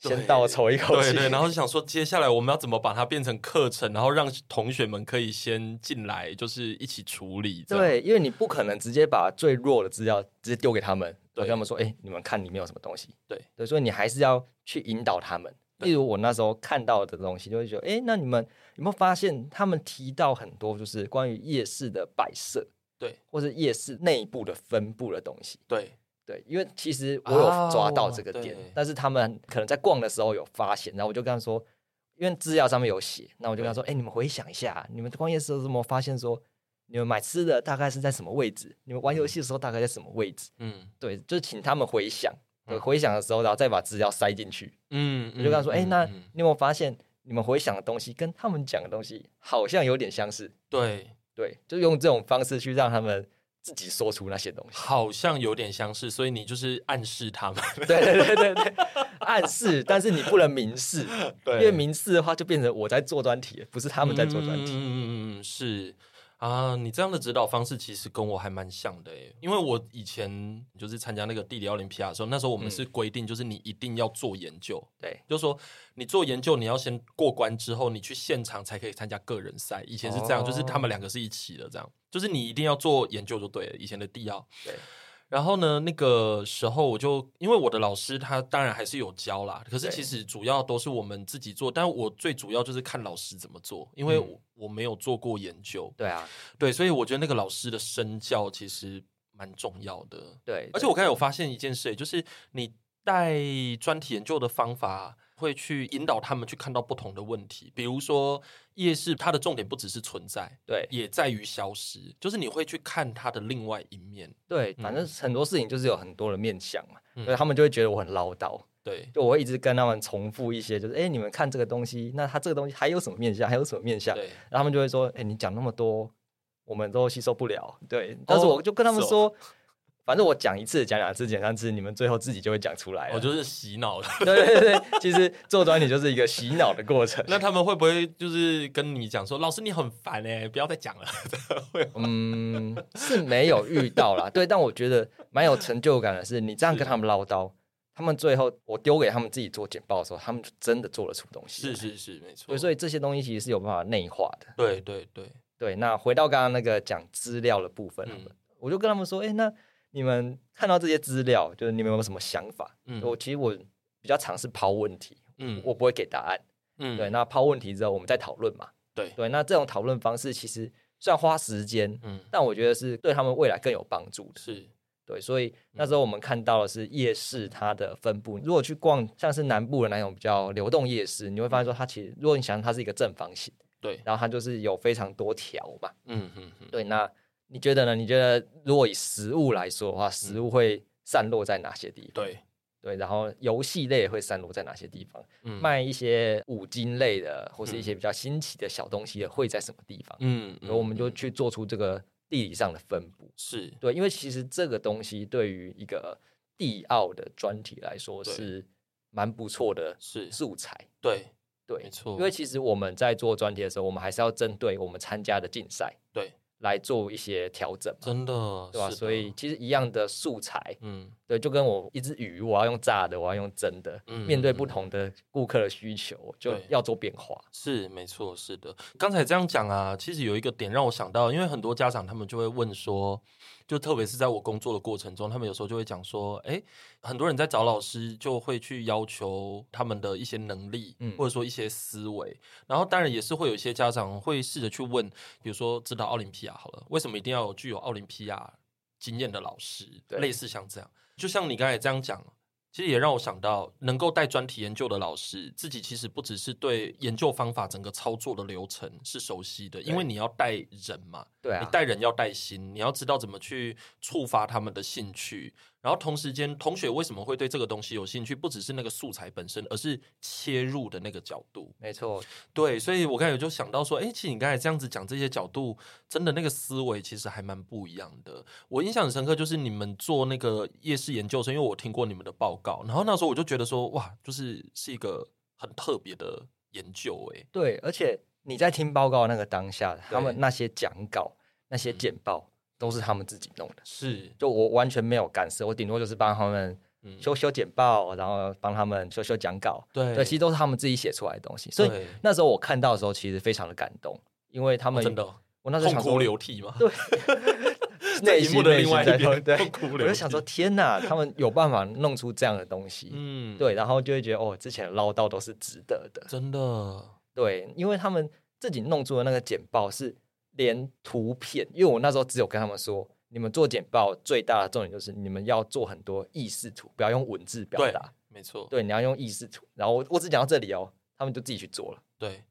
Speaker 2: 先倒抽一口
Speaker 1: 对
Speaker 2: 气。
Speaker 1: 对，然后就想说，接下来我们要怎么把它变成课程，然后让同学们可以先进来，就是一起处理。这样，
Speaker 2: 对，因为你不可能直接把最弱的资料直接丢给他们，
Speaker 1: 对
Speaker 2: 跟他们说：“哎、你们看里面有什么东西？”
Speaker 1: 对
Speaker 2: 对，所以你还是要去引导他们。
Speaker 1: 对
Speaker 2: 例如我那时候看到的东西，就会觉得：“哎、那你们有没有发现他们提到很多就是关于夜市的摆设，
Speaker 1: 对，
Speaker 2: 或是夜市内部的分布的东西？”
Speaker 1: 对
Speaker 2: 对，因为其实我有抓到这个点，
Speaker 1: 哦对
Speaker 2: 但是他们可能在逛的时候有发现，然后我就跟他说，因为资料上面有写，那我就跟他说，哎、你们回想一下，你们逛夜市的时候有没有发现说，你们买吃的大概是在什么位置？你们玩游戏的时候大概在什么位置？
Speaker 1: 嗯
Speaker 2: 对，就是请他们回想，对，
Speaker 1: 嗯
Speaker 2: 回想的时候，然后再把资料塞进去。
Speaker 1: 嗯，
Speaker 2: 我就跟他说，哎、
Speaker 1: 嗯
Speaker 2: 那
Speaker 1: 嗯
Speaker 2: 你有没有发现，你们回想的东西跟他们讲的东西好像有点相似？
Speaker 1: 对，
Speaker 2: 对，就用这种方式去让他们自己说出那些东西。
Speaker 1: 好像有点相似，所以你就是暗示他们，
Speaker 2: 对对对对对，暗示，但是你不能 明示，因为明示的话就变成我在做专题，不是 他
Speaker 1: 他
Speaker 2: 们在做专题。
Speaker 1: 嗯嗯嗯嗯，是啊，你这样的指导方式其实跟我还蛮像的诶，因为我以前就是参加那个地理奥林匹亚的时候，那时候我们
Speaker 2: 嗯
Speaker 1: 是规定就是你一定要做研究，
Speaker 2: 对，
Speaker 1: 就是说你做研究你要先过关之后，你去现场才可以参加个人赛。以前是这样，
Speaker 2: 哦
Speaker 1: 就是他们两个是一起的，这样就是你一定要做研究就对了。以前的地奥，
Speaker 2: 对。
Speaker 1: 然后呢，那个时候我就因为我的老师他当然还是有教啦，可是
Speaker 2: 对
Speaker 1: 其实主要都是我们自己做，但我最主要就是看老师怎么做，因为
Speaker 2: 嗯
Speaker 1: 我我没有做过研究，
Speaker 2: 对啊，
Speaker 1: 对，所以我觉得那个老师的身教其实蛮重要的。
Speaker 2: 对，嗯
Speaker 1: 而且我刚才有发现一件事，就是你带专题研究的方法会去引导他们去看到不同的问题，比如说夜市，它的重点不只是存在，
Speaker 2: 对
Speaker 1: 也在于消失，就是你会去看它的另外一面。
Speaker 2: 对，
Speaker 1: 嗯
Speaker 2: 反正很多事情就是有很多的面向嘛，
Speaker 1: 嗯
Speaker 2: 所以他们就会觉得我很唠叨，
Speaker 1: 对，
Speaker 2: 就我会一直跟他们重复一些，就是哎、诶你们看这个东西，那它这个东西还有什么面向，还有什么面向？
Speaker 1: 对，
Speaker 2: 然后他们就会说：“哎、你讲那么多，我们都吸收不了。”对，但是
Speaker 1: 哦
Speaker 2: 我就跟他们
Speaker 1: 是哦
Speaker 2: 说，反正我讲一次、讲两次、讲三次，你们最后自己就会讲出来了。
Speaker 1: 我就是洗脑了。
Speaker 2: 对对对对，其实做专题就是一个洗脑的过程。
Speaker 1: 那他们会不会就是跟你讲说，老师你很烦哎、不要再 讲了？会吗
Speaker 2: 嗯，是没有遇到啦。对，但我觉得蛮有成就感的是，你这样
Speaker 1: 是
Speaker 2: 跟他们唠叨，他们最后我丢给他们自己做简报的时候，他们就真的做得出东西。
Speaker 1: 是，是是，没错
Speaker 2: 啊对，。所以这些东西其实是有办法内化的。
Speaker 1: 对对对，
Speaker 2: 对，那回到刚刚那个讲资料的部分，
Speaker 1: 嗯
Speaker 2: 我就跟他们说，哎、那你们看到这些资料，就是你们有没有什么想法？
Speaker 1: 嗯
Speaker 2: 我其实我比较尝试抛问题，
Speaker 1: 嗯
Speaker 2: 我不会给答案。
Speaker 1: 嗯
Speaker 2: 对，那抛问题之后，我们再讨论嘛。
Speaker 1: 对
Speaker 2: 对，那这种讨论方式其实虽然花时间，
Speaker 1: 嗯
Speaker 2: 但我觉得是对他们未来更有帮助的。
Speaker 1: 是
Speaker 2: 对，所以那
Speaker 1: 嗯
Speaker 2: 时候我们看到的是夜市它的分布。如果去逛像是南部的那种比较流动夜市，你会发现说它其实，如果你想它是一个正方形，
Speaker 1: 对，
Speaker 2: 然后它就是有非常多条嘛。
Speaker 1: 嗯嗯嗯，
Speaker 2: 对，那你觉得呢？你觉得如果以食物来说的话，食
Speaker 1: 嗯
Speaker 2: 物会散落在哪些地方？
Speaker 1: 对，
Speaker 2: 对，然后游戏类会散落在哪些地方？
Speaker 1: 嗯
Speaker 2: 卖一些五金类的，或是一
Speaker 1: 嗯
Speaker 2: 些比较新奇的小东西的，会在什么地方？
Speaker 1: 嗯，
Speaker 2: 然后我们就
Speaker 1: 嗯
Speaker 2: 去做出这个地理上的分布。
Speaker 1: 是
Speaker 2: 对，因为其实这个东西对于一个地奥的专题来说
Speaker 1: 对
Speaker 2: 是蛮不错的
Speaker 1: 是
Speaker 2: 素材。
Speaker 1: 对，
Speaker 2: 对
Speaker 1: 没，错，
Speaker 2: 因为其实我们在做专题的时候，我们还是要针对我们参加的竞赛
Speaker 1: 对，
Speaker 2: 来做一些调整嘛。
Speaker 1: 真的，
Speaker 2: 对吧、
Speaker 1: 是的
Speaker 2: 所以其实一样的素材，
Speaker 1: 嗯
Speaker 2: 对，就跟我一只鱼，我要用炸的，我要用蒸的，
Speaker 1: 嗯
Speaker 2: 面对
Speaker 1: 嗯
Speaker 2: 不
Speaker 1: 嗯
Speaker 2: 同的顾客的需求，我就
Speaker 1: 对
Speaker 2: 要做变化。
Speaker 1: 是没错，是的。刚才这样讲啊，其实有一个点让我想到，因为很多家长他们就会问说，就特别是在我工作的过程中，他们有时候就会讲说，诶，很多人在找老师就会去要求他们的一些能力，
Speaker 2: 嗯
Speaker 1: 或者说一些思维。然后当然也是会有一些家长会试着去问，比如说指导奥林匹亚好了，为什么一定要有具有奥林匹亚经验的老师？
Speaker 2: 对
Speaker 1: 类似像这样，就像你刚才这样讲，其实也让我想到，能够带专题研究的老师，自己其实不只是对研究方法整个操作的流程是熟悉的，因为你要带人嘛，
Speaker 2: 对
Speaker 1: 你
Speaker 2: 啊，
Speaker 1: 带人要带心，你要知道怎么去触发他们的兴趣。然后同时间，同学为什么会对这个东西有兴趣，不只是那个素材本身，而是切入的那个角度。
Speaker 2: 没错，对
Speaker 1: 对，所以我刚才有就想到说，哎，其实你刚才这样子讲这些角度，真的那个思维其实还蛮不一样的。我印象很深刻，就是你们做那个夜市研究生，因为我听过你们的报告，然后那时候我就觉得说，哇，就是是一个很特别的研究、诶，
Speaker 2: 而且你在听报告那个当下，他们
Speaker 1: 对
Speaker 2: 那些讲稿、那些
Speaker 1: 嗯
Speaker 2: 简报都是他们自己弄的，
Speaker 1: 是，
Speaker 2: 就我完全没有干涉，我顶多就是帮他们
Speaker 1: 嗯
Speaker 2: 修修简报，然后帮他们修修讲稿，
Speaker 1: 对
Speaker 2: 对，其实都是他们自己写出来的东西。所以
Speaker 1: 对
Speaker 2: 那时候我看到的时候，其实非常的感动，因为他
Speaker 1: 哦
Speaker 2: 们、
Speaker 1: 真的哦
Speaker 2: 我那时候
Speaker 1: 痛
Speaker 2: 想
Speaker 1: 哭
Speaker 2: 说，
Speaker 1: 流涕嘛，在
Speaker 2: 内
Speaker 1: 荧
Speaker 2: 心
Speaker 1: 幕的
Speaker 2: 内
Speaker 1: 另
Speaker 2: 心
Speaker 1: 外一
Speaker 2: 在
Speaker 1: 边
Speaker 2: 痛对，
Speaker 1: 痛哭
Speaker 2: 我
Speaker 1: 流
Speaker 2: 就
Speaker 1: 涕
Speaker 2: 想说，天哪，他们有办法弄出这样的东西，
Speaker 1: 嗯，
Speaker 2: 对，然后就会觉得哦，之前的唠叨都是值得的，
Speaker 1: 真的，
Speaker 2: 对，因为他们自己弄出的那个简报是连图片，因为我那时候只有跟他们说，你们做简报最大的重点就是你们要做很多意识图，不要用文字表
Speaker 1: 对
Speaker 2: 达，，
Speaker 1: 没错，
Speaker 2: 对，你要用意识图。然后我我只讲到这里哦，他们就自己去做了，
Speaker 1: 对。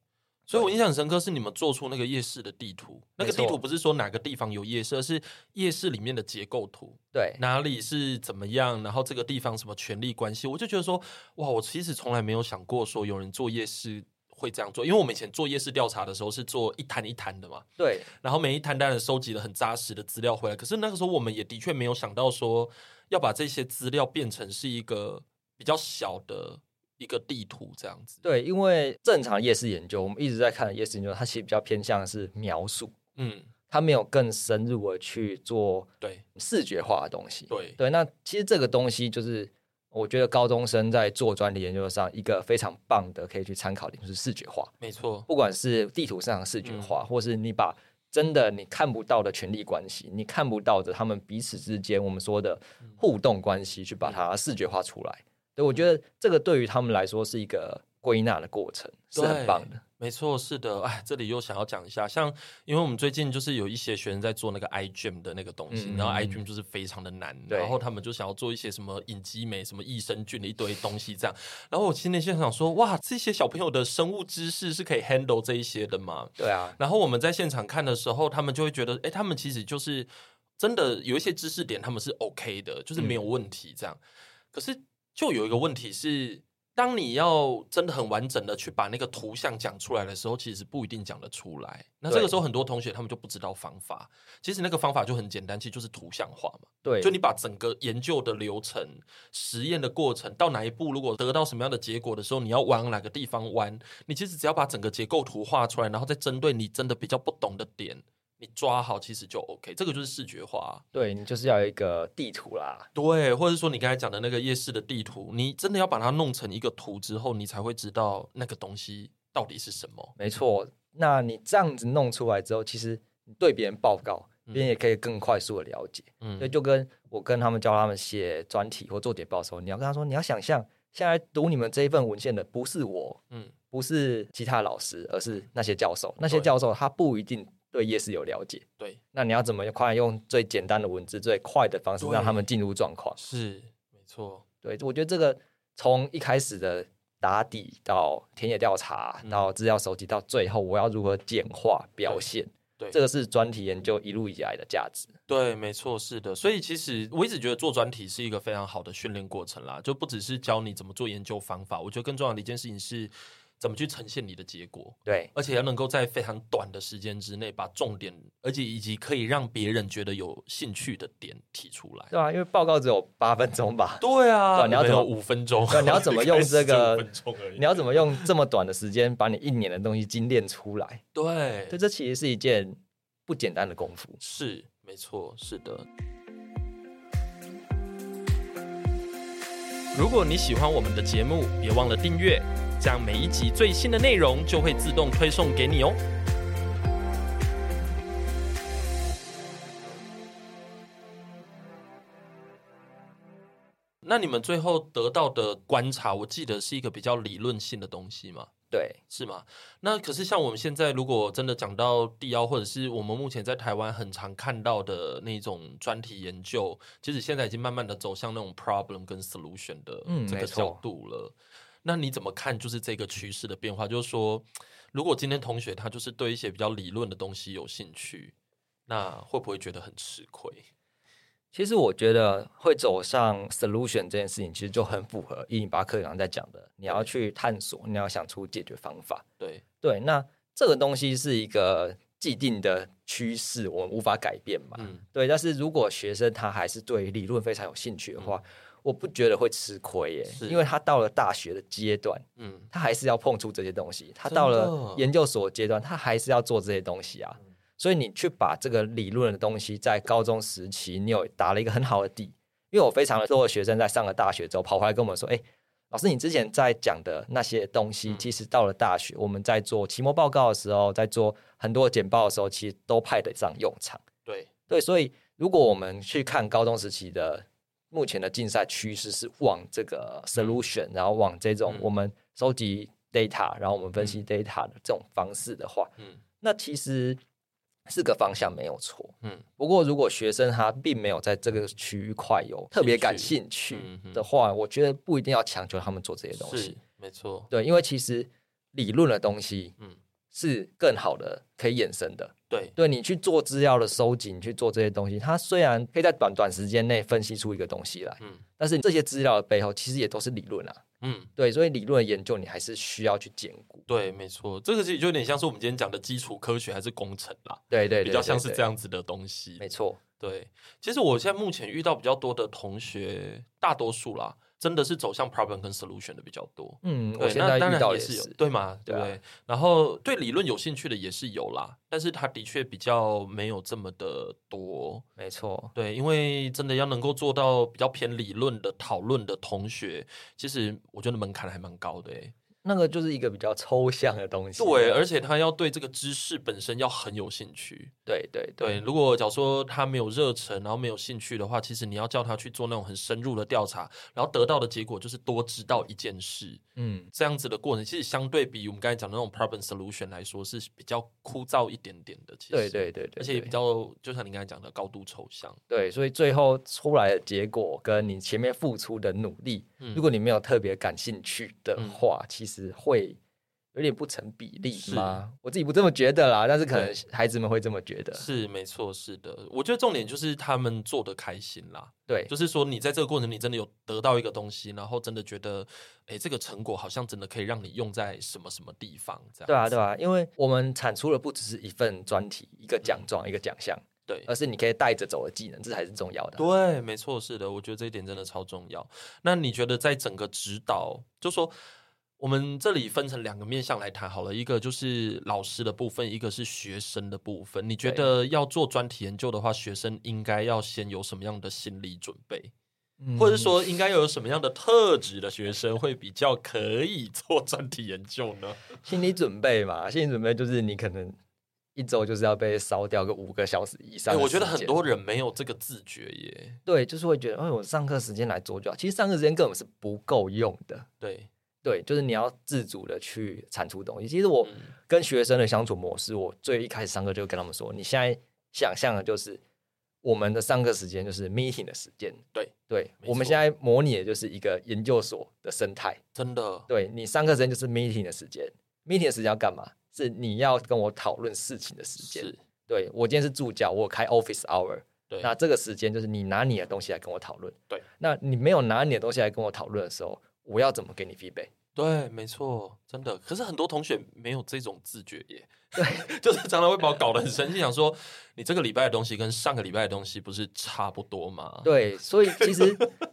Speaker 1: 所以我印象很深刻是你们做出那个夜市的地图，那个
Speaker 2: 没错
Speaker 1: 地图不是说哪个地方有夜市，而是夜市里面的结构图，
Speaker 2: 对，
Speaker 1: 哪里是怎么样，然后这个地方什么权力关系，我就觉得说，哇，我其实从来没有想过说有人做夜市会这样做，因为我们以前做夜市调查的时候是做一摊一摊的嘛，
Speaker 2: 对，
Speaker 1: 然后每一摊当然收集了很扎实的资料回来，可是那个时候我们也的确没有想到说要把这些资料变成是一个比较小的一个地图这样子，
Speaker 2: 对，因为正常夜市研究，我们一直在看的夜市研究，它其实比较偏向是描述，
Speaker 1: 嗯，
Speaker 2: 它没有更深入的去做
Speaker 1: 对
Speaker 2: 视觉化的东西。
Speaker 1: 对
Speaker 2: 对，那其实这个东西就是我觉得高中生在做专题研究上一个非常棒的可以去参考的就是视觉化，
Speaker 1: 没错，
Speaker 2: 不管是地图上的视觉
Speaker 1: 嗯
Speaker 2: 化，或是你把真的你看不到的权力关系，你看不到的他们彼此之间我们说的
Speaker 1: 嗯
Speaker 2: 互动关系，去把它视觉化出来。对，我觉得这个对于他们来说是一个归纳的过程，是很
Speaker 1: 对
Speaker 2: 棒的。
Speaker 1: 没错，是的，哎，这里又想要讲一下，像因为我们最近就是有一些学生在做那个 iGEM 的那个东西，
Speaker 2: 嗯
Speaker 1: 然后
Speaker 2: 嗯
Speaker 1: iGEM 就是非常的难，
Speaker 2: 对
Speaker 1: 然后他们就想要做一些什么隐基酶、什么益生菌的一堆东西这样，然后我心里就想说，哇，这些小朋友的生物知识是可以 handle 这一些的吗？
Speaker 2: 对啊，
Speaker 1: 然后我们在现场看的时候，他们就会觉得，哎，他们其实就是真的有一些知识点，他们是 OK 的，就是没有问题这样。可是就有一个问题是，当你要真的很完整的去把那个图像讲出来的时候，其实不一定讲得出来。那这个
Speaker 2: 对
Speaker 1: 时候，很多同学他们就不知道方法。其实那个方法就很简单，其实就是图像化嘛。
Speaker 2: 对，
Speaker 1: 就你把整个研究的流程、实验的过程到哪一步，如果得到什么样的结果的时候，你要往哪个地方弯，你其实只要把整个结构图画出来，然后再针对你真的比较不懂的点，你抓好，其实就 OK。这个就是视觉化，
Speaker 2: 对你就是要有一个地图啦。
Speaker 1: 对，或者说你刚才讲的那个夜市的地图，你真的要把它弄成一个图之后，你才会知道那个东西到底是什么。
Speaker 2: 没错，那你这样子弄出来之后，其实你对别人报告，别人也可以更快速的了解。
Speaker 1: 嗯
Speaker 2: 所以，就跟我跟他们教他们写专题或做简报的时候，你要跟他说，你要想象现在读你们这一份文献的不是我，
Speaker 1: 嗯，
Speaker 2: 不是其他老师，而是那些教授。那些
Speaker 1: 对
Speaker 2: 教授他不一定对夜市有了解，
Speaker 1: 对，
Speaker 2: 那你要怎么快用最简单的文字、最快的方式
Speaker 1: 对
Speaker 2: 让他们进入状况？
Speaker 1: 是没错，
Speaker 2: 对，我觉得这个从一开始的打底到田野调查，
Speaker 1: 嗯
Speaker 2: 到资料收集，到最后我要如何简化表现，
Speaker 1: 对，
Speaker 2: 这个是专题研究一路以来的价值。
Speaker 1: 对，没错，是的。所以其实我一直觉得做专题是一个非常好的训练过程啦，就不只是教你怎么做研究方法，我觉得更重要的一件事情是怎么去呈现你的结果，
Speaker 2: 对，
Speaker 1: 而且要能够在非常短的时间之内把重点，而且以及可以让别人觉得有兴趣的点提出来
Speaker 2: 对。啊，因为报告只有八分钟吧，
Speaker 1: 对
Speaker 2: 对
Speaker 1: 啊，
Speaker 2: 啊你要
Speaker 1: 没
Speaker 2: 怎
Speaker 1: 有
Speaker 2: 么
Speaker 1: 五分钟
Speaker 2: 对啊？你要怎么用这个
Speaker 1: 一 开始只有五分钟而已
Speaker 2: 你要怎么用这么短的时间把你一年的东西精炼出来？
Speaker 1: 对
Speaker 2: 对，这其实是一件不简单的功夫。
Speaker 1: 是，没错，是的。如果你喜欢我们的节目，别忘了订阅，这样每一集最新的内容就会自动推送给你哦。那你们最后得到的观察，我记得是一个比较理论性的东西嘛？
Speaker 2: 对，
Speaker 1: 是吗？那可是像我们现在，如果真的讲到地妖，或者是我们目前在台湾很常看到的那种专题研究，其实现在已经慢慢的走向那种 problem 跟 solution 的
Speaker 2: 嗯
Speaker 1: 这个
Speaker 2: 没错
Speaker 1: 角度了。那你怎么看？就是这个趋势的变化，就是说，如果今天同学他就是对一些比较理论的东西有兴趣，那会不会觉得很吃亏？
Speaker 2: 其实我觉得会走上 solution 这件事情，其实就很符合一零八课堂在讲的，你要去探索，你要想出解决方法。
Speaker 1: 对，
Speaker 2: 对，那这个东西是一个既定的趋势，我们无法改变嘛。
Speaker 1: 嗯，
Speaker 2: 对，但是如果学生他还是对理论非常有兴趣的话，我不觉得会吃亏耶，
Speaker 1: 嗯是
Speaker 2: 因为他到了大学的阶段，
Speaker 1: 嗯，
Speaker 2: 他还是要碰触这些东西；他
Speaker 1: 真的
Speaker 2: 到了研究所阶段，他还是要做这些东西啊。所以你去把这个理论的东西在高中时期，你有打了一个很好的底，因为我非常的多的学生在上了大学之后跑回来跟我们说，哎、老师，你之前在讲的那些东
Speaker 1: 嗯
Speaker 2: 西，其实到了大学，我们在做期末报告的时候，在做很多简报的时候，其实都派得上用场。
Speaker 1: 对，
Speaker 2: 对，所以如果我们去看高中时期的目前的竞赛趋势是往这个 solution，、然后往这种
Speaker 1: 嗯
Speaker 2: 我们收集 data，然后我们分析 data 的这种方式的话，
Speaker 1: 嗯
Speaker 2: 那其实是个方向没有错。
Speaker 1: 嗯
Speaker 2: 不过如果学生他并没有在这个区域块有特别感兴趣
Speaker 1: 嗯哼
Speaker 2: 的话，我觉得不一定要强求他们做这些东
Speaker 1: 是
Speaker 2: 西。
Speaker 1: 没错，
Speaker 2: 对，因为其实理论的东西
Speaker 1: 嗯
Speaker 2: 是更好的可以衍生的。
Speaker 1: 对，
Speaker 2: 对你去做资料的收集，你去做这些东西，它虽然可以在短短时间内分析出一个东西来，
Speaker 1: 嗯
Speaker 2: 但是这些资料的背后其实也都是理论啊。
Speaker 1: 嗯。
Speaker 2: 对，所以理论的研究你还是需要去兼顾。
Speaker 1: 对，没错，这个其实就有点像是我们今天讲的基础科学还是工程啦，
Speaker 2: 对对对，
Speaker 1: 比较像是
Speaker 2: 对
Speaker 1: 这，样子的东西
Speaker 2: 对。没错。
Speaker 1: 对，其实我现在目前遇到比较多的同学，大多数啦，真的是走向 problem 跟 solution 的比较多。
Speaker 2: 嗯，我
Speaker 1: 对，
Speaker 2: 现
Speaker 1: 那
Speaker 2: 在
Speaker 1: 当
Speaker 2: 遇
Speaker 1: 然
Speaker 2: 到
Speaker 1: 也
Speaker 2: 是
Speaker 1: 是有，对嘛，对
Speaker 2: 对
Speaker 1: 不
Speaker 2: 啊
Speaker 1: 对？然后对理论有兴趣的也是有啦，但是他的确比较没有这么的多。
Speaker 2: 没错，
Speaker 1: 对，因为真的要能够做到比较偏理论的讨论的同学，其实我觉得门槛还蛮高的、欸。
Speaker 2: 那个就是一个比较抽象的东西。啊
Speaker 1: 对，而且他要对这个知识本身要很有兴趣。
Speaker 2: 对对
Speaker 1: 对，
Speaker 2: 对
Speaker 1: 如果假如说他没有热忱，然后没有兴趣的话，其实你要叫他去做那种很深入的调查，然后得到的结果就是多知道一件事。
Speaker 2: 嗯，
Speaker 1: 这样子的过程，其实相对比我们刚才讲的那种 problem solution 来说，是比较枯燥一点点的。其实，
Speaker 2: 对对对对，
Speaker 1: 而且也
Speaker 2: 对
Speaker 1: 比较就像你刚才讲的高度抽象。
Speaker 2: 对，所以最后出来的结果跟你前面付出的努力，
Speaker 1: 嗯
Speaker 2: 如果你没有特别感兴趣的
Speaker 1: 嗯
Speaker 2: 话，其实会有点不成比例
Speaker 1: 是
Speaker 2: 吗？我自己不这么觉得啦，但是可
Speaker 1: 对
Speaker 2: 能孩子们会这么觉得。
Speaker 1: 是没错，是的。我觉得重点就是他们做的开心啦，
Speaker 2: 对
Speaker 1: 就是说你在这个过程你真的有得到一个东西，然后真的觉得，哎，这个成果好像真的可以让你用在什么什么地方，这样
Speaker 2: 对啊，对
Speaker 1: 啊，
Speaker 2: 啊，因为我们产出的不只是一份专题、一个奖状、一个奖项，
Speaker 1: 嗯对
Speaker 2: 而是你可以带着走的技能，这才是重要的啊。
Speaker 1: 对，没错，是的，我觉得这一点真的超重要。那你觉得在整个指导，就说我们这里分成两个面向来谈好了，一个就是老师的部分，一个是学生的部分。你觉
Speaker 2: 对
Speaker 1: 得要做专题研究的话，学生应该要先有什么样的心理准备，
Speaker 2: 嗯
Speaker 1: 或者说应该有什么样的特质的学生会比较可以做专题研究呢？
Speaker 2: 嗯心理准备嘛，心理准备就是你可能一周就是要被烧掉个五个小时以上
Speaker 1: 哎
Speaker 2: 的
Speaker 1: 我
Speaker 2: 时间。
Speaker 1: 觉得很多人没有这个自觉耶。
Speaker 2: 对，就是会觉得，哎，我上课时间来做就好。其实上课时间根本是不够用的。
Speaker 1: 对，
Speaker 2: 对，就是你要自主的去产出东西。其实我
Speaker 1: 嗯
Speaker 2: 跟学生的相处模式，我最一开始上课就跟他们说，你现在想象的就是我们的上课时间就是 meeting 的时间。
Speaker 1: 对，
Speaker 2: 对，
Speaker 1: 没
Speaker 2: 我们
Speaker 1: 错
Speaker 2: 现在模拟的就是一个研究所的生态。
Speaker 1: 真的，
Speaker 2: 对你上课时间就是 meeting 的时间，meeting 的时间要干嘛？是你要跟我讨论事情的时间
Speaker 1: 是。，
Speaker 2: 对我今天是助教，我有开 office hour，
Speaker 1: 对，
Speaker 2: 那这个时间就是你拿你的东西来跟我讨论。
Speaker 1: 对，
Speaker 2: 那你没有拿你的东西来跟我讨论的时候，我要怎么给你 feedback？
Speaker 1: 对，没错，真的。可是很多同学没有这种自觉耶， 对，就是常常会把我搞得很生气，想说你这个礼拜的东西跟上个礼拜的东西不是差不多吗？
Speaker 2: 对，所以 其实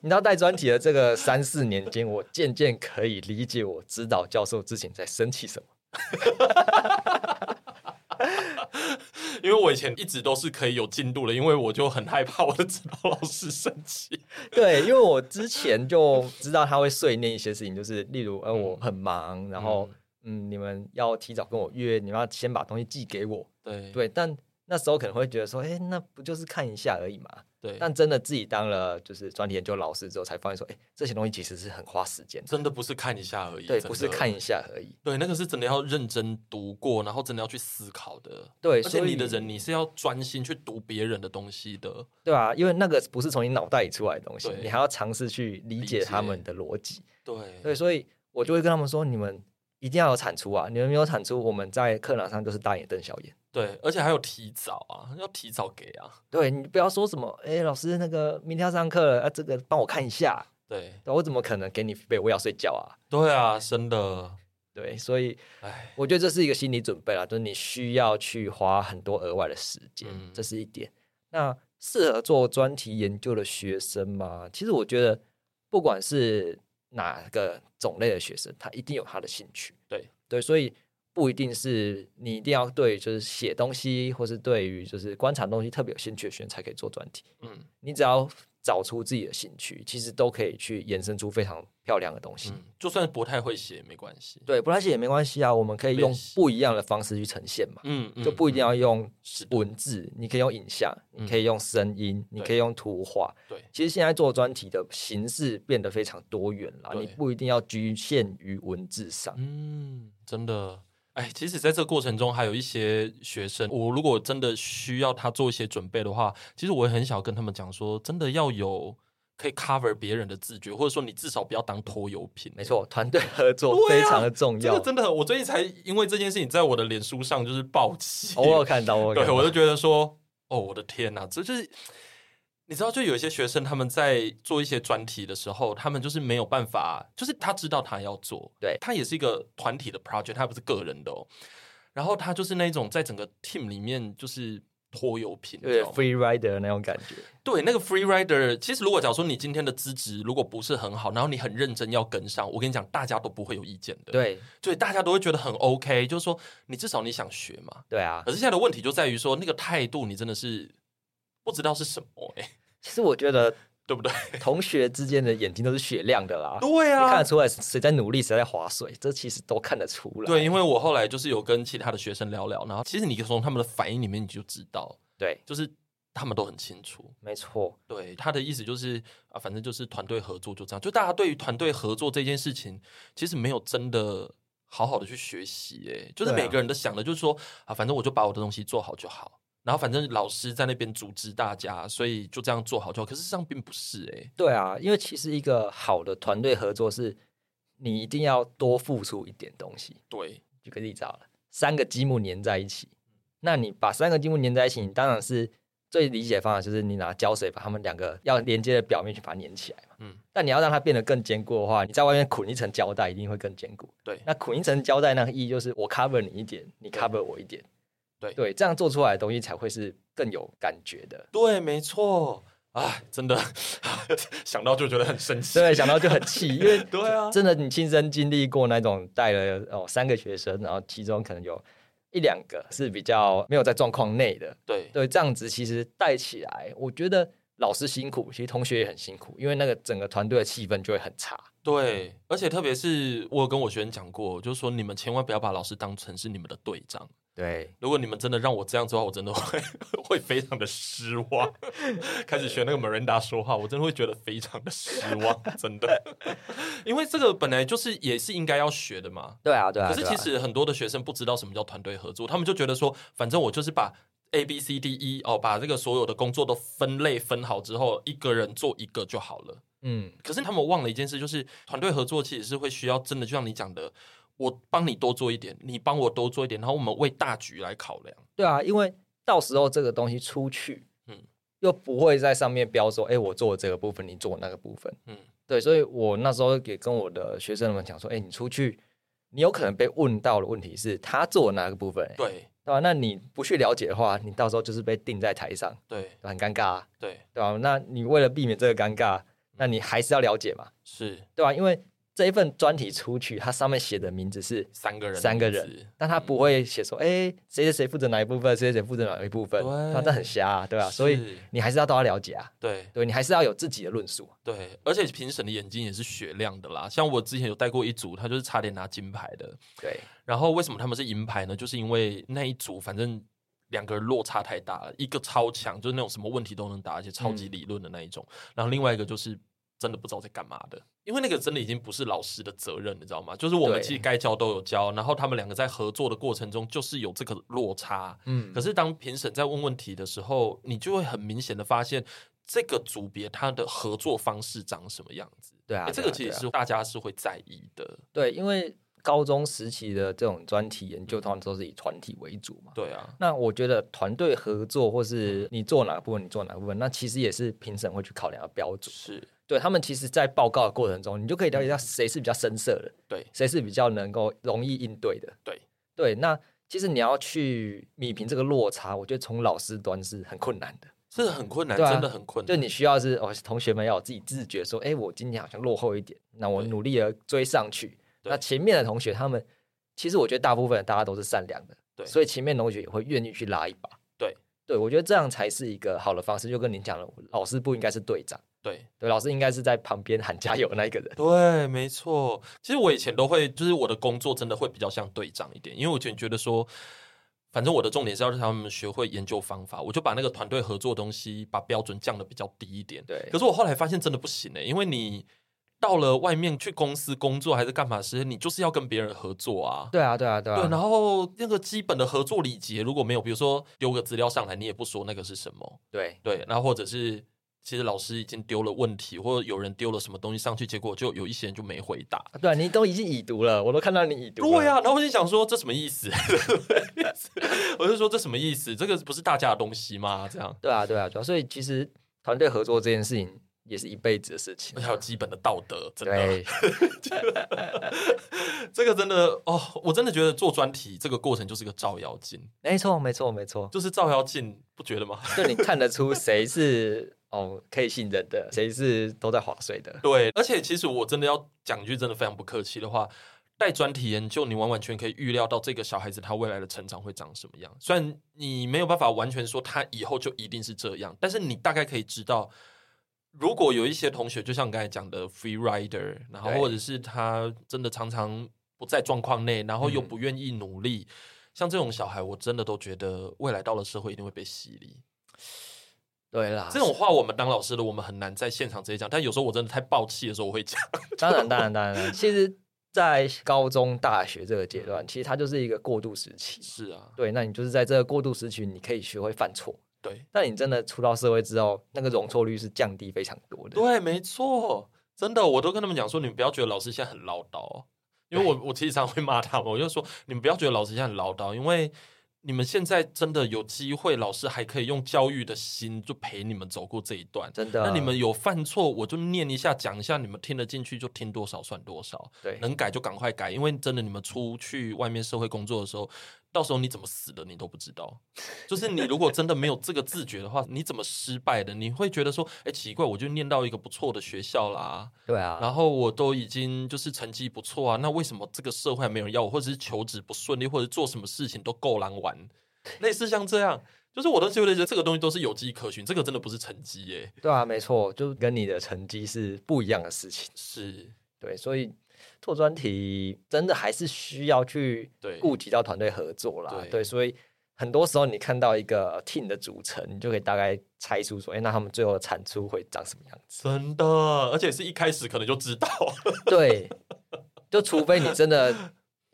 Speaker 2: 你知道带专题的这个三四年间，我渐渐可以理解我指导教授之前在生 气什么。
Speaker 1: 因为我以前一直都是可以有进度的，因为我就很害怕我的指导老师生气。
Speaker 2: 对，因为我之前就知道他会碎念一些事情，就是例如，呃，我很忙，然后，嗯，你们要提早跟我约，你们要先把东西寄给我。
Speaker 1: 对
Speaker 2: 对，但那时候可能会觉得说，哎、那不就是看一下而已嘛。
Speaker 1: 对，
Speaker 2: 但真的自己当了就是专题研究老师之后，才发现说，哎、这些东西其实是很花时间的，
Speaker 1: 真的不是看一下而已，
Speaker 2: 对，
Speaker 1: 真
Speaker 2: 不是
Speaker 1: 的哦
Speaker 2: 看一下而已。
Speaker 1: 对，那个是真的要认真读过，然后真的要去思考的。
Speaker 2: 对，
Speaker 1: 而且
Speaker 2: 所以
Speaker 1: 你的人，你是要专心去读别人的东西的。
Speaker 2: 对啊，因为那个不是从你脑袋里出来的东西
Speaker 1: 对，
Speaker 2: 你还要尝试去理
Speaker 1: 理
Speaker 2: 解他
Speaker 1: 解
Speaker 2: 们的逻辑。
Speaker 1: 对，
Speaker 2: 对，所以我就会跟他们说，你们一定要有产出啊！你们没有产出，我们在课堂上就是大眼瞪小眼。
Speaker 1: 对，而且还有提早啊，要提早给啊。
Speaker 2: 对你不要说什么，哎、老师那个明天要上课了，啊，这个帮我看一下。
Speaker 1: 对，
Speaker 2: 对我怎么可能给你背？我也要睡觉啊。
Speaker 1: 对啊，真的，
Speaker 2: 对，所以
Speaker 1: 哎，
Speaker 2: 我觉得这是一个心理准备啦，就是你需要去花很多额外的时间，
Speaker 1: 嗯
Speaker 2: 这是一点。那适合做专题研究的学生嘛？其实我觉得，不管是哪个种类的学生，他一定有他的兴趣。
Speaker 1: 对
Speaker 2: 对，所以不一定是你一定要对就是写东西，或是对于就是观察东西特别有兴趣的学生才可以做专题。
Speaker 1: 嗯，
Speaker 2: 你只要找出自己的兴趣，其实都可以去延伸出非常漂亮的东西。
Speaker 1: 嗯，就算不太会写没关系。
Speaker 2: 对，不太写也没关系啊，我们可以用
Speaker 1: 练习
Speaker 2: 不一样的方式去呈现嘛，
Speaker 1: 嗯，嗯
Speaker 2: 就不一定要用
Speaker 1: 是的
Speaker 2: 文字，你可以用影像，
Speaker 1: 嗯
Speaker 2: 你可以用声音，你可以用图画。
Speaker 1: 对，
Speaker 2: 其实现在做专题的形式变得非常多元啦，
Speaker 1: 对
Speaker 2: 你不一定要局限于文字上。
Speaker 1: 嗯，真的。哎，其实在这个过程中，还有一些学生，我如果真的需要他做一些准备的话，其实我也很想跟他们讲说，真的要有可以 cover 别人的自觉，或者说你至少不要当拖油瓶。
Speaker 2: 没错，团队合作
Speaker 1: 对
Speaker 2: 非
Speaker 1: 啊
Speaker 2: 常的重
Speaker 1: 这
Speaker 2: 要
Speaker 1: 个。真的很，我最近才因为这件事情，在我的脸书上就是暴气。
Speaker 2: 偶尔看到，偶尔看
Speaker 1: 对
Speaker 2: 到
Speaker 1: 我就觉得说，哦，我的天呐，这就是你知道，就有一些学生他们在做一些专题的时候，他们就是没有办法，就是他知道他要做，
Speaker 2: 对
Speaker 1: 他也是一个团体的 project，他不是个人的哦。然后他就是那种在整个 team 里面就是拖油瓶，
Speaker 2: 有
Speaker 1: 你知
Speaker 2: 点
Speaker 1: 道吗
Speaker 2: free rider 的那种感觉。
Speaker 1: 对，那个 free rider，其实如果假如说你今天的资质如果不是很好，然后你很认真要跟上，我跟你讲，大家都不会有意见的。，
Speaker 2: 对
Speaker 1: 所以大家都会觉得很 OK，就是说你至少你想学嘛。
Speaker 2: 对啊
Speaker 1: 可，是现在的问题就在于说，那个态度你真的是不知道是什么、欸，
Speaker 2: 其实我觉得
Speaker 1: 对 不对？
Speaker 2: 同学之间的眼睛都是雪亮的啦，
Speaker 1: 对啊
Speaker 2: 你看得，出来谁在努力，谁在划水，这其实都看得出来。
Speaker 1: 对，因为我后来就是有跟其他的学生聊聊，然后其实你从他们的反应里面你就知道，
Speaker 2: 对，
Speaker 1: 就是他们都很清楚。
Speaker 2: 没错，
Speaker 1: 对他的意思就是啊，反正就是团队合作就这样，就大家对于团队合作这件事情，其实没有真的好好的去学习，哎，就是
Speaker 2: 对啊
Speaker 1: 每个人都想的就是说啊，反正我就把我的东西做好就好，然后反正老师在那边组织大家，所以就这样做好就好。可是事实上并不是，哎，
Speaker 2: 对啊，因为其实一个好的团队合作是，你一定要多付出一点东西。
Speaker 1: 对，
Speaker 2: 举个例子好了，三个积木粘在一起，那你把三个积木粘在一起，你当然是最理解的方法就是你拿胶水把它们两个要连接的表面去把它粘起来嘛。
Speaker 1: 嗯
Speaker 2: 嗯，但你要让它变得更坚固的话，你在外面捆一层胶带一定会更坚固。
Speaker 1: 对
Speaker 2: 那捆一层胶带那个意义就是我 cover 你一点，你 cover 我一点。
Speaker 1: 对
Speaker 2: 对，这样做出来的东西才会是更有感觉的。
Speaker 1: 对，没错，哎，真的 想到就觉得很生气。
Speaker 2: 对，想到就很气，因为
Speaker 1: 对啊
Speaker 2: 真的你亲身经历过那种带了哦三个学生，然后其中可能有一两个是比较没有在状况内的，
Speaker 1: 对
Speaker 2: 对，这样子其实带起来，我觉得老师辛苦，其实同学也很辛苦，因为那个整个团队的气氛就会很差。
Speaker 1: 对，而且特别是我有跟我学生讲过，就是说你们千万不要把老师当成是你们的队长。
Speaker 2: 对，
Speaker 1: 如果你们真的让我这样子的话，我真的会 会非常的失望。开始学那个 Miranda 说话，我真的会觉得非常的失望，真的。 因为这个本来就是也是应该要学的嘛，
Speaker 2: 对啊，对啊。
Speaker 1: 可是
Speaker 2: 对啊
Speaker 1: 其实很多的学生不知道什么叫团队合作，他们就觉得说，反正我就是把 A B C D E 哦，把这个所有的工作都分类分好之后，一个人做一个就好了。
Speaker 2: 嗯，
Speaker 1: 可是他们忘了一件事，就是团队合作其实是会需要真的，就像你讲的，我帮你多做一点，你帮我多做一点，然后我们为大局来考量。
Speaker 2: 对啊，因为到时候这个东西出去，
Speaker 1: 嗯
Speaker 2: 嗯，又不会在上面标说，哎、我做这个部分，你做那个部分，
Speaker 1: 嗯
Speaker 2: 嗯，对，所以我那时候也跟我的学生们讲说，哎、你出去，你有可能被问到的问题是他做哪个部分、哎
Speaker 1: 对
Speaker 2: 对吧、那你不去了解的话，你到时候就是被定在台上，
Speaker 1: 对
Speaker 2: 对吧很尴尬、啊，
Speaker 1: 对，
Speaker 2: 对吧、那你为了避免这个尴尬，那你还是要了解嘛，
Speaker 1: 是
Speaker 2: 对吧、因为这一份专题出去，它上面写的名字是
Speaker 1: 三个人，
Speaker 2: 三个人，但他不会写说，哎、谁谁谁负责哪一部分，谁谁谁负责哪一部分，
Speaker 1: 对
Speaker 2: 那这很瞎、啊，对
Speaker 1: 对
Speaker 2: 吧、所以
Speaker 1: 以
Speaker 2: 你还是要都要了解啊，
Speaker 1: 对
Speaker 2: 对你还是要有自己的论述，啊
Speaker 1: 对，而且评审的眼睛也是雪亮的啦。像我之前有带过一组，他就是差点拿金牌的，
Speaker 2: 对
Speaker 1: 然后为什么他们是银牌呢？就是因为那一组反正两个人落差太大了，一个超强，就是那种什么问题都能答，而且超
Speaker 2: 嗯
Speaker 1: 级理论的那一种，然后另外一个就是真的不知道在干嘛的。因为那个真的已经不是老师的责任，你知道吗？就是我们
Speaker 2: 对
Speaker 1: 其实该教都有教，然后他们两个在合作的过程中就是有这个落差。
Speaker 2: 嗯
Speaker 1: 可是当评审在问问题的时候，你就会很明显的发现这个组别它的合作方式长什么样子。
Speaker 2: 对啊
Speaker 1: 诶，这
Speaker 2: 对啊
Speaker 1: 个其
Speaker 2: 对
Speaker 1: 实
Speaker 2: 啊
Speaker 1: 是大家是会在意的。
Speaker 2: 对，因为高中时期的这种专题研究，通常都是以团体为主嘛。
Speaker 1: 对啊，
Speaker 2: 那我觉得团队合作，或是你做哪部分，你做哪部分，那其实也是评审会去考量的标准。
Speaker 1: 是，
Speaker 2: 对他们，其实，在报告的过程中，你就可以了解到谁是比较深色的，
Speaker 1: 对
Speaker 2: 谁是比较能够容易应对的。
Speaker 1: 对
Speaker 2: 对，那其实你要去米平这个落差，我觉得从老师端是很困难的。
Speaker 1: 这很困难，
Speaker 2: 对啊
Speaker 1: 真的很困难。
Speaker 2: 就你需要是哦，同学们要有自己自觉，说，哎，我今天好像落后一点，那我
Speaker 1: 对
Speaker 2: 努力的追上去。
Speaker 1: 对
Speaker 2: 那前面的同学，他们其实我觉得大部分大家都是善良的，
Speaker 1: 对
Speaker 2: 所以前面同学也会愿意去拉一把。
Speaker 1: 对，
Speaker 2: 对，我觉得这样才是一个好的方式。就跟您讲了，老师不应该是队长，
Speaker 1: 对
Speaker 2: 对，老师应该是在旁边喊加油的那一个人。
Speaker 1: 对，没错。其实我以前都会，就是我的工作真的会比较像队长一点，因为我以前觉得说，反正我的重点是要让他们学会研究方法，我就把那个团队合作的东西把标准降的比较低一点。
Speaker 2: 对
Speaker 1: 可，是我后来发现真的不行欸呢、因为你到了外面去公司工作还是干嘛时，你就是要跟别人合作啊。
Speaker 2: 对啊，对啊，对
Speaker 1: 对，然
Speaker 2: 啊，
Speaker 1: 后那个基本的合作礼节如果没有，比如说丢个资料上来，你也不说那个是什么，
Speaker 2: 对
Speaker 1: 对，然后或者是其实老师已经丢了问题，或者有人丢了什么东西上去，结果就有一些人就没回答。
Speaker 2: 啊对啊，你都已经已读了，我都看到你已读了。
Speaker 1: 对啊呀、然后我就想说这什么意思？ 我就说这什么意思？这个不是大家的东西吗？这样，
Speaker 2: 对啊，对啊，对啊，所以其实团队合作这件事情也是一辈子的事情
Speaker 1: 而。且还有基本的道德，哎真的，
Speaker 2: 对，
Speaker 1: 这个真的哦，我真的觉得做专题这个过程就是个照妖镜，
Speaker 2: 没错，没错，没错，
Speaker 1: 就是照妖镜，不觉得吗？
Speaker 2: 就你看得出谁是哦可以信任的，谁是都在划水的。
Speaker 1: 对，而且其实我真的要讲一句真的非常不客气的话，带专题研究，你完完全可以预料到这个小孩子他未来的成长会长什么样。虽然你没有办法完全说他以后就一定是这样，但是你大概可以知道，如果有一些同学，就像我刚才讲的 free rider，然后
Speaker 2: 对
Speaker 1: 或者是他真的常常不在状况内，然后又
Speaker 2: 嗯
Speaker 1: 不愿意努力。像这种小孩，我真的都觉得未来到了社会一定会被洗礼。
Speaker 2: 对啦，
Speaker 1: 这种话，我们当老师的，我们很难在现场直接讲。但有时候我真的太爆气的时候，我会讲。
Speaker 2: 当然，当然，当然，其实，在高中、大学这个阶段，其实它就是一个过渡时期。
Speaker 1: 是啊，
Speaker 2: 对，那你就是在这个过渡时期，你可以学会犯错。
Speaker 1: 对
Speaker 2: 但你真的出到社会之后，那个容错率是降低非常多的。
Speaker 1: 对，啊没错，真的，我都跟他们讲说，你们不要觉得老师现在很唠叨哦，因为我我其实常会骂他们，我就说你们不要觉得老师现在很唠叨，因为你们现在真的有机会，老师还可以用教育的心就陪你们走过这一段。
Speaker 2: 真的。
Speaker 1: 那你们有犯错，我就念一下，讲一下，你们听得进去就听多少算多少，
Speaker 2: 对
Speaker 1: 能改就赶快改，因为真的你们出去外面社会工作的时候，到时候你怎么死的你都不知道。就是你如果真的没有这个自觉的话，你怎么失败的？你会觉得说，哎、奇怪，我就念到一个不错的学校啦，
Speaker 2: 对啊，
Speaker 1: 然后我都已经就是成绩不错啊，那为什么这个社会还没有人要我，或者是求职不顺利，或者做什么事情都够狼玩，类似像这样。就是我都觉得这个东西都是有迹可循，这个真的不是成绩耶、
Speaker 2: 对啊，没错，就跟你的成绩是不一样的事情。
Speaker 1: 是
Speaker 2: 对，所以做专题真的还是需要去
Speaker 1: 对
Speaker 2: 顾及到团队合作啦。
Speaker 1: 对
Speaker 2: 对，所以很多时候你看到一个 team 的组成，你就可以大概猜出说，哎，那他们最后的产出会长什么样子？
Speaker 1: 真的，而且是一开始可能就知道，
Speaker 2: 对，就除非你真的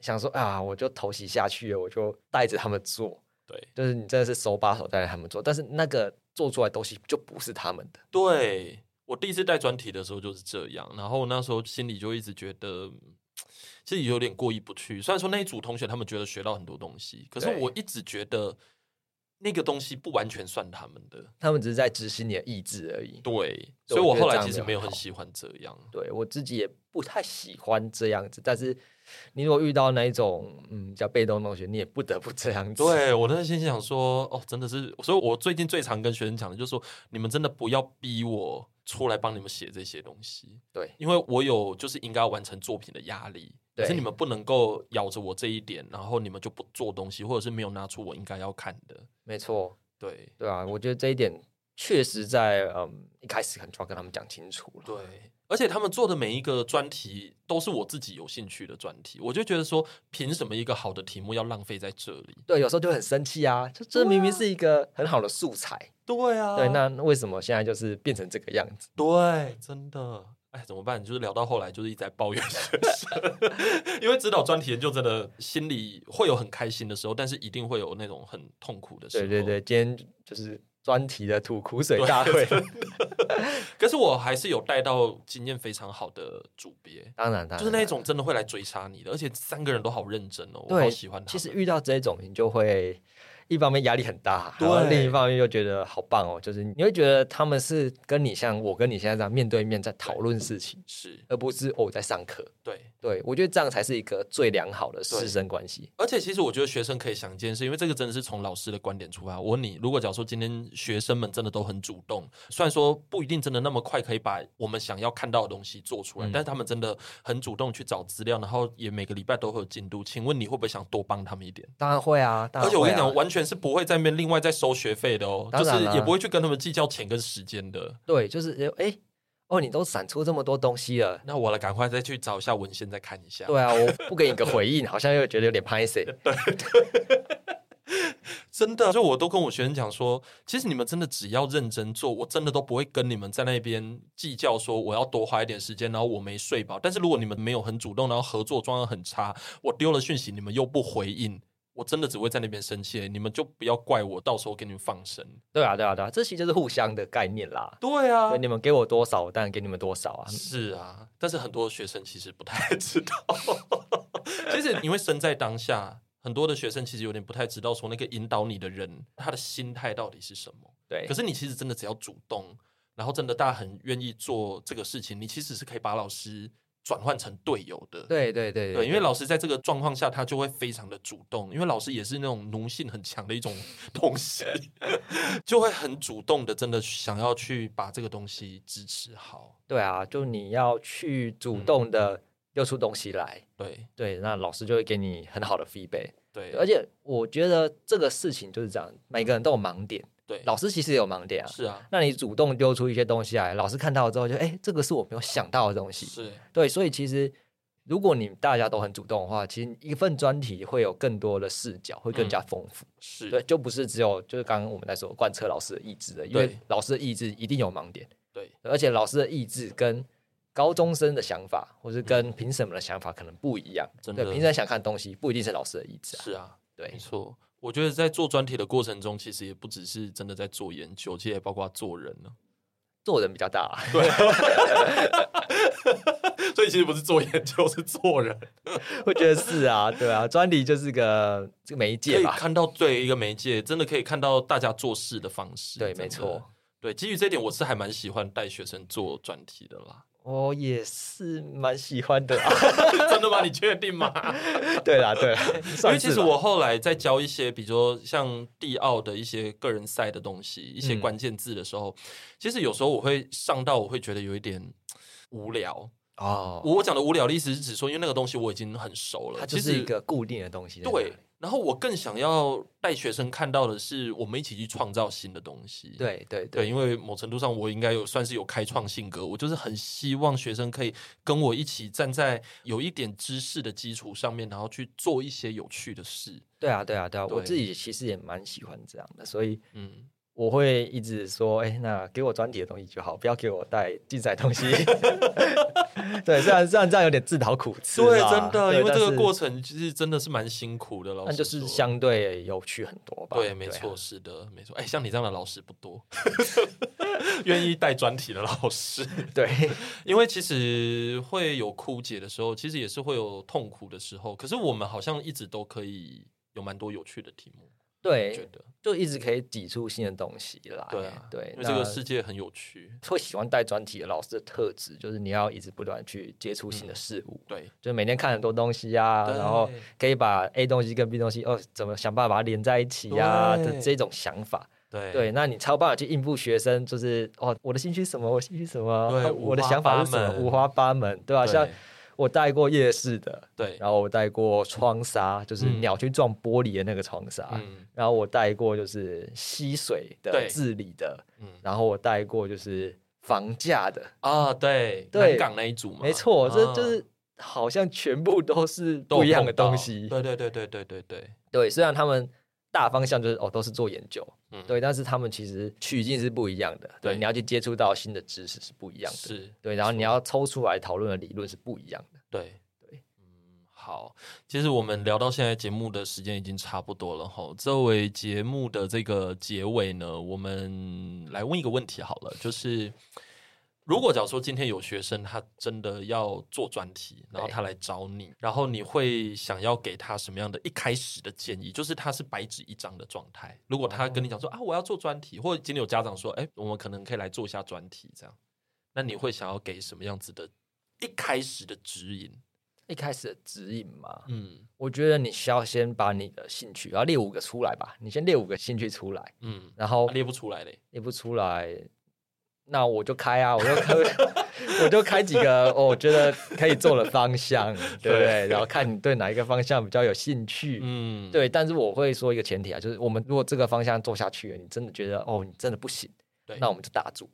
Speaker 2: 想说啊，我就投袭下去了，我就带着他们做，
Speaker 1: 对
Speaker 2: 就是你真的是手把手带着他们做，但是那个做出来的东西就不是他们的。
Speaker 1: 对。我第一次带专题的时候就是这样，然后那时候心里就一直觉得，其实有点过意不去。虽然说那一组同学他们觉得学到很多东西，可是
Speaker 2: 对
Speaker 1: 我一直觉得那个东西不完全算他们的。
Speaker 2: 他们只是在执行你的意志而已。
Speaker 1: 对，
Speaker 2: 对
Speaker 1: 所以
Speaker 2: 我
Speaker 1: 我
Speaker 2: 觉得
Speaker 1: 后来
Speaker 2: 这样
Speaker 1: 其
Speaker 2: 比
Speaker 1: 实
Speaker 2: 较
Speaker 1: 没有很
Speaker 2: 好
Speaker 1: 喜欢这样。
Speaker 2: 对我自己也不太喜欢这样子，但是你如果遇到那一种嗯比较被动的同学，你也不得不这样子。
Speaker 1: 对我那时候心想说，哦，真的是，所以我最近最常跟学生讲的就是说，你们真的不要逼我出来帮你们写这些东西。
Speaker 2: 对
Speaker 1: 因为我有就是应该要完成作品的压力，可
Speaker 2: 对
Speaker 1: 是你们不能够咬着我这一点，然后你们就不做东西，或者是没有拿出我应该要看的。
Speaker 2: 没错，
Speaker 1: 对
Speaker 2: 对啊，我觉得这一点确实在嗯一开始很就要跟他们讲清楚了。
Speaker 1: 对，而且他们做的每一个专题都是我自己有兴趣的专题，我就觉得说，凭什么一个好的题目要浪费在这里？
Speaker 2: 对，有时候就会很生气啊，就这明明是一个很好的素材，
Speaker 1: 对啊
Speaker 2: 对，那为什么现在就是变成这个样子？
Speaker 1: 对，真的。哎，怎么办？就是聊到后来，就是一直在抱怨学生， 因为指导专题研究真的心里会有很开心的时候，但是一定会有那种很痛苦的时候。
Speaker 2: 对对对，今天就是专题的吐苦水 大会。
Speaker 1: 可是我还是有带到经验非常好的组别，
Speaker 2: 当然，当然，
Speaker 1: 就是那
Speaker 2: 当
Speaker 1: 一
Speaker 2: 然
Speaker 1: 种真的会来追杀你的，而且三个人都好认真哦，我
Speaker 2: 对
Speaker 1: 好喜欢他们。
Speaker 2: 其实遇到这种，你就会一方面压力很大，
Speaker 1: 对
Speaker 2: 然后另一方面又觉得好棒哦，就是你会觉得他们是跟你像我跟你现在这样面对面在讨论事情，
Speaker 1: 是
Speaker 2: 而不是哦我在上课。
Speaker 1: 对，
Speaker 2: 对我觉得这样才是一个最良好的
Speaker 1: 对
Speaker 2: 师生关系。
Speaker 1: 而且其实我觉得学生可以想一件事，因为这个真的是从老师的观点出发。我问你，如果假如说今天学生们真的都很主动，虽然说不一定真的那么快可以把我们想要看到的东西做出来，
Speaker 2: 嗯
Speaker 1: 但是他们真的很主动去找资料，然后也每个礼拜都会有进度。请问你会不会想多帮他们一点？
Speaker 2: 当然会啊，当
Speaker 1: 而
Speaker 2: 然
Speaker 1: 且我
Speaker 2: 会
Speaker 1: 跟你
Speaker 2: 啊
Speaker 1: 讲，完全是不会在那边另外再收学费的哦，
Speaker 2: 当
Speaker 1: 就是
Speaker 2: 然啦
Speaker 1: 也不会去跟他们计较钱跟时间的。
Speaker 2: 对，就是哎、诶哦，你都闪出这么多东西了，
Speaker 1: 那我来赶快再去找一下文献再看一下。
Speaker 2: 对啊，我不给你个回应，好像又觉得有点 拍谁。
Speaker 1: 真的，就我都跟我学生讲说，其实你们真的只要认真做，我真的都不会跟你们在那边计较说我要多花一点时间，然后我没睡饱。但是如果你们没有很主动，然后合作状况很差，我丢了讯息你们又不回应，我真的只会在那边生气。你们就不要怪我，到时候给你们放生。
Speaker 2: 对啊，对啊，对啊，这其实就是互相的概念啦。
Speaker 1: 对啊
Speaker 2: 对，，你们给我多少，我当然给你们多少啊。
Speaker 1: 是啊，但是很多学生其实不太 知道。其实你会身在当下，很多的学生其实有点不太知道说那个引导你的人他的心态到底是什么。
Speaker 2: 对
Speaker 1: 可，是你其实真的只要主动，然后真的大家很愿意做这个事情，你其实是可以把老师转换成队友的。
Speaker 2: 对对对
Speaker 1: 对，因为老师在这个状况下，他就会非常的主动，因为老师也是那种奴性很强的一种 东西，就会很主动的，真的想要去把这个东西支持好。
Speaker 2: 对啊，就你要去主
Speaker 1: 嗯
Speaker 2: 动的丢出东西来，
Speaker 1: 对
Speaker 2: 对，那老师就会给你很好的 feedback。
Speaker 1: 对，
Speaker 2: 而且我觉得这个事情就是这样，每个人都有盲点，
Speaker 1: 对
Speaker 2: 老师其实也有盲点啊。
Speaker 1: 是啊，
Speaker 2: 那你主动丢出一些东西来，老师看到了之后就，哎，这个是我没有想到的东西。
Speaker 1: 是
Speaker 2: 对，所以其实如果你大家都很主动的话，其实一份专题会有更多的视角，会
Speaker 1: 嗯
Speaker 2: 更加丰富。
Speaker 1: 是，
Speaker 2: 对，就不是只有就是刚刚我们在说贯彻老师的意志的，因为
Speaker 1: 对
Speaker 2: 老师的意志一定有盲点，
Speaker 1: 对
Speaker 2: 而且老师的意志跟高中生的想法，或是跟评审们的想法可能不一样。
Speaker 1: 嗯真
Speaker 2: 对，
Speaker 1: 的
Speaker 2: 评审想看的东西不一定是老师的意志啊。
Speaker 1: 是啊，
Speaker 2: 对
Speaker 1: 没，错。我觉得在做专题的过程中，其实也不只是真的在做研究，其实也包括做人呢、
Speaker 2: 做人比较大、啊，
Speaker 1: 所以其实不是做研究，是做 人。
Speaker 2: 我觉得是啊，对啊，专题就是个这个媒
Speaker 1: 可
Speaker 2: 介
Speaker 1: 以
Speaker 2: 吧。
Speaker 1: 看到对一个媒介，真的可以看到大家做事的方式。
Speaker 2: 对
Speaker 1: 真的
Speaker 2: 没错。
Speaker 1: 对，基于这一点，我是还蛮喜欢带学生做专题的啦。
Speaker 2: 我也是蛮喜欢的、啊，
Speaker 1: 真的吗？你确定吗？
Speaker 2: 对啦，对啦，
Speaker 1: 因
Speaker 2: 算
Speaker 1: 为
Speaker 2: 是
Speaker 1: 其实
Speaker 2: 吧
Speaker 1: 我后来在教一些，比如说像地奥的一些个人赛的东西，一些
Speaker 2: 嗯
Speaker 1: 关键字的时候，其实有时候我会上到，我会觉得有一点无聊。
Speaker 2: 哦，
Speaker 1: 我讲的无聊的意思是指说，因为那个东西我已经很熟了，
Speaker 2: 它就
Speaker 1: 其
Speaker 2: 是
Speaker 1: 实
Speaker 2: 一个固定的东西在那里。
Speaker 1: 对。然后我更想要带学生看到的是，我们一起去创造新的东西。
Speaker 2: 对对
Speaker 1: 对，
Speaker 2: 对
Speaker 1: 因为某程度上我应该有算是有开创性格，我就是很希望学生可以跟我一起站在有一点知识的基础上面，然后去做一些有趣的事。
Speaker 2: 对啊对啊对啊！我
Speaker 1: 对
Speaker 2: 自己其实也蛮喜欢这样的，所以
Speaker 1: 嗯，
Speaker 2: 我会一直说，哎、那给我专题的东西就好，不要给我带记载 东西。 对，虽然虽然这样有点自讨苦吃啦，
Speaker 1: 对，真的，
Speaker 2: 啊对
Speaker 1: 因为这
Speaker 2: 但
Speaker 1: 个
Speaker 2: 是
Speaker 1: 过程其实真的是蛮辛苦的，老
Speaker 2: 但
Speaker 1: 师
Speaker 2: 就是
Speaker 1: 说
Speaker 2: 相对有趣很多吧。
Speaker 1: 对，没
Speaker 2: 啊
Speaker 1: 错，是的，没错。哎，像你这样的老师不多， 愿意带专题的老师，
Speaker 2: 对
Speaker 1: 因为其实会有枯竭的时候，其实也是会有痛苦的时候，可是我们好像一直都可以有蛮多有趣的题目，我觉
Speaker 2: 对，
Speaker 1: 得。
Speaker 2: 就一直可以挤出新的东西来。
Speaker 1: 对啊，
Speaker 2: 对
Speaker 1: 因，为这个
Speaker 2: 那
Speaker 1: 世界很有趣。
Speaker 2: 会喜欢带专题的老师的特质，就是你要一直不断地去接触
Speaker 1: 嗯
Speaker 2: 新的事物，
Speaker 1: 对，
Speaker 2: 就每天看很多东西啊，
Speaker 1: 对
Speaker 2: 然后可以把 A 东西跟 B 东西哦，怎么想办法把它连在一起呀、
Speaker 1: 对
Speaker 2: 的这种想法。
Speaker 1: 对
Speaker 2: 对，那你才有办法去应付学生，就是哦，我的兴趣是什么，我兴趣是什么，
Speaker 1: 对
Speaker 2: 哦
Speaker 1: 五
Speaker 2: 我的
Speaker 1: 花
Speaker 2: 想法
Speaker 1: 八
Speaker 2: 是什么，
Speaker 1: 门
Speaker 2: 五花八门，对吧、
Speaker 1: 对
Speaker 2: 像啊我带过夜市的，
Speaker 1: 对，
Speaker 2: 然后我带过窗纱，就是
Speaker 1: 嗯
Speaker 2: 鸟去撞玻璃的那个窗纱，
Speaker 1: 嗯
Speaker 2: 然后我带过就是吸水
Speaker 1: 对
Speaker 2: 的、治理的，
Speaker 1: 嗯
Speaker 2: 然后我带过就是房价的，
Speaker 1: 啊，对，
Speaker 2: 对
Speaker 1: 南港那一组嘛，
Speaker 2: 没错，这
Speaker 1: 啊
Speaker 2: 就是好像全部都是
Speaker 1: 都有
Speaker 2: 不一样的
Speaker 1: 碰到
Speaker 2: 东西。
Speaker 1: 对对对对对对对，
Speaker 2: 对，虽然他们大方向就是哦都是做研究，
Speaker 1: 嗯，
Speaker 2: 对，但是他们其实取径是不一样的，对，
Speaker 1: 对
Speaker 2: 你要去接触到新的知识是不一样的，
Speaker 1: 是，
Speaker 2: 对，然后你要抽出来讨论的理论是不一样的。
Speaker 1: 对
Speaker 2: 对。
Speaker 1: 嗯，好，其实我们聊到现在，节目的时间已经差不多了哈。作为节目的这个结尾呢，我们来问一个问题好了，就是如果假如说今天有学生他真的要做专题，然后他来找你，然后你会想要给他什么样的一开始的建议？就是他是白纸一张的状态。如果他跟你讲说、啊，我要做专题，或者今天有家长说，哎，我们可能可以来做一下专题这样，那你会想要给什么样子的一开始的指引？
Speaker 2: 一开始的指引嘛，
Speaker 1: 嗯
Speaker 2: 我觉得你需要先把你的兴趣，然后列五个出来吧，你先列五个兴趣出来，
Speaker 1: 嗯，
Speaker 2: 然后
Speaker 1: 列不出来嘞。
Speaker 2: 列不出来，那我就开啊，我就开， 我就开几个哦我觉得可以做的方向，对不对？然后看你对哪一个方向比较有兴趣。
Speaker 1: 嗯，
Speaker 2: 对，但是我会说一个前提啊，就是我们如果这个方向做下去了，你真的觉得哦，你真的不行，
Speaker 1: 对
Speaker 2: 那我们就打住。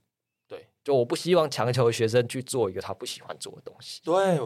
Speaker 1: 对，
Speaker 2: 就我不希望强求学生去做一个他不喜欢做的东西。
Speaker 1: 对。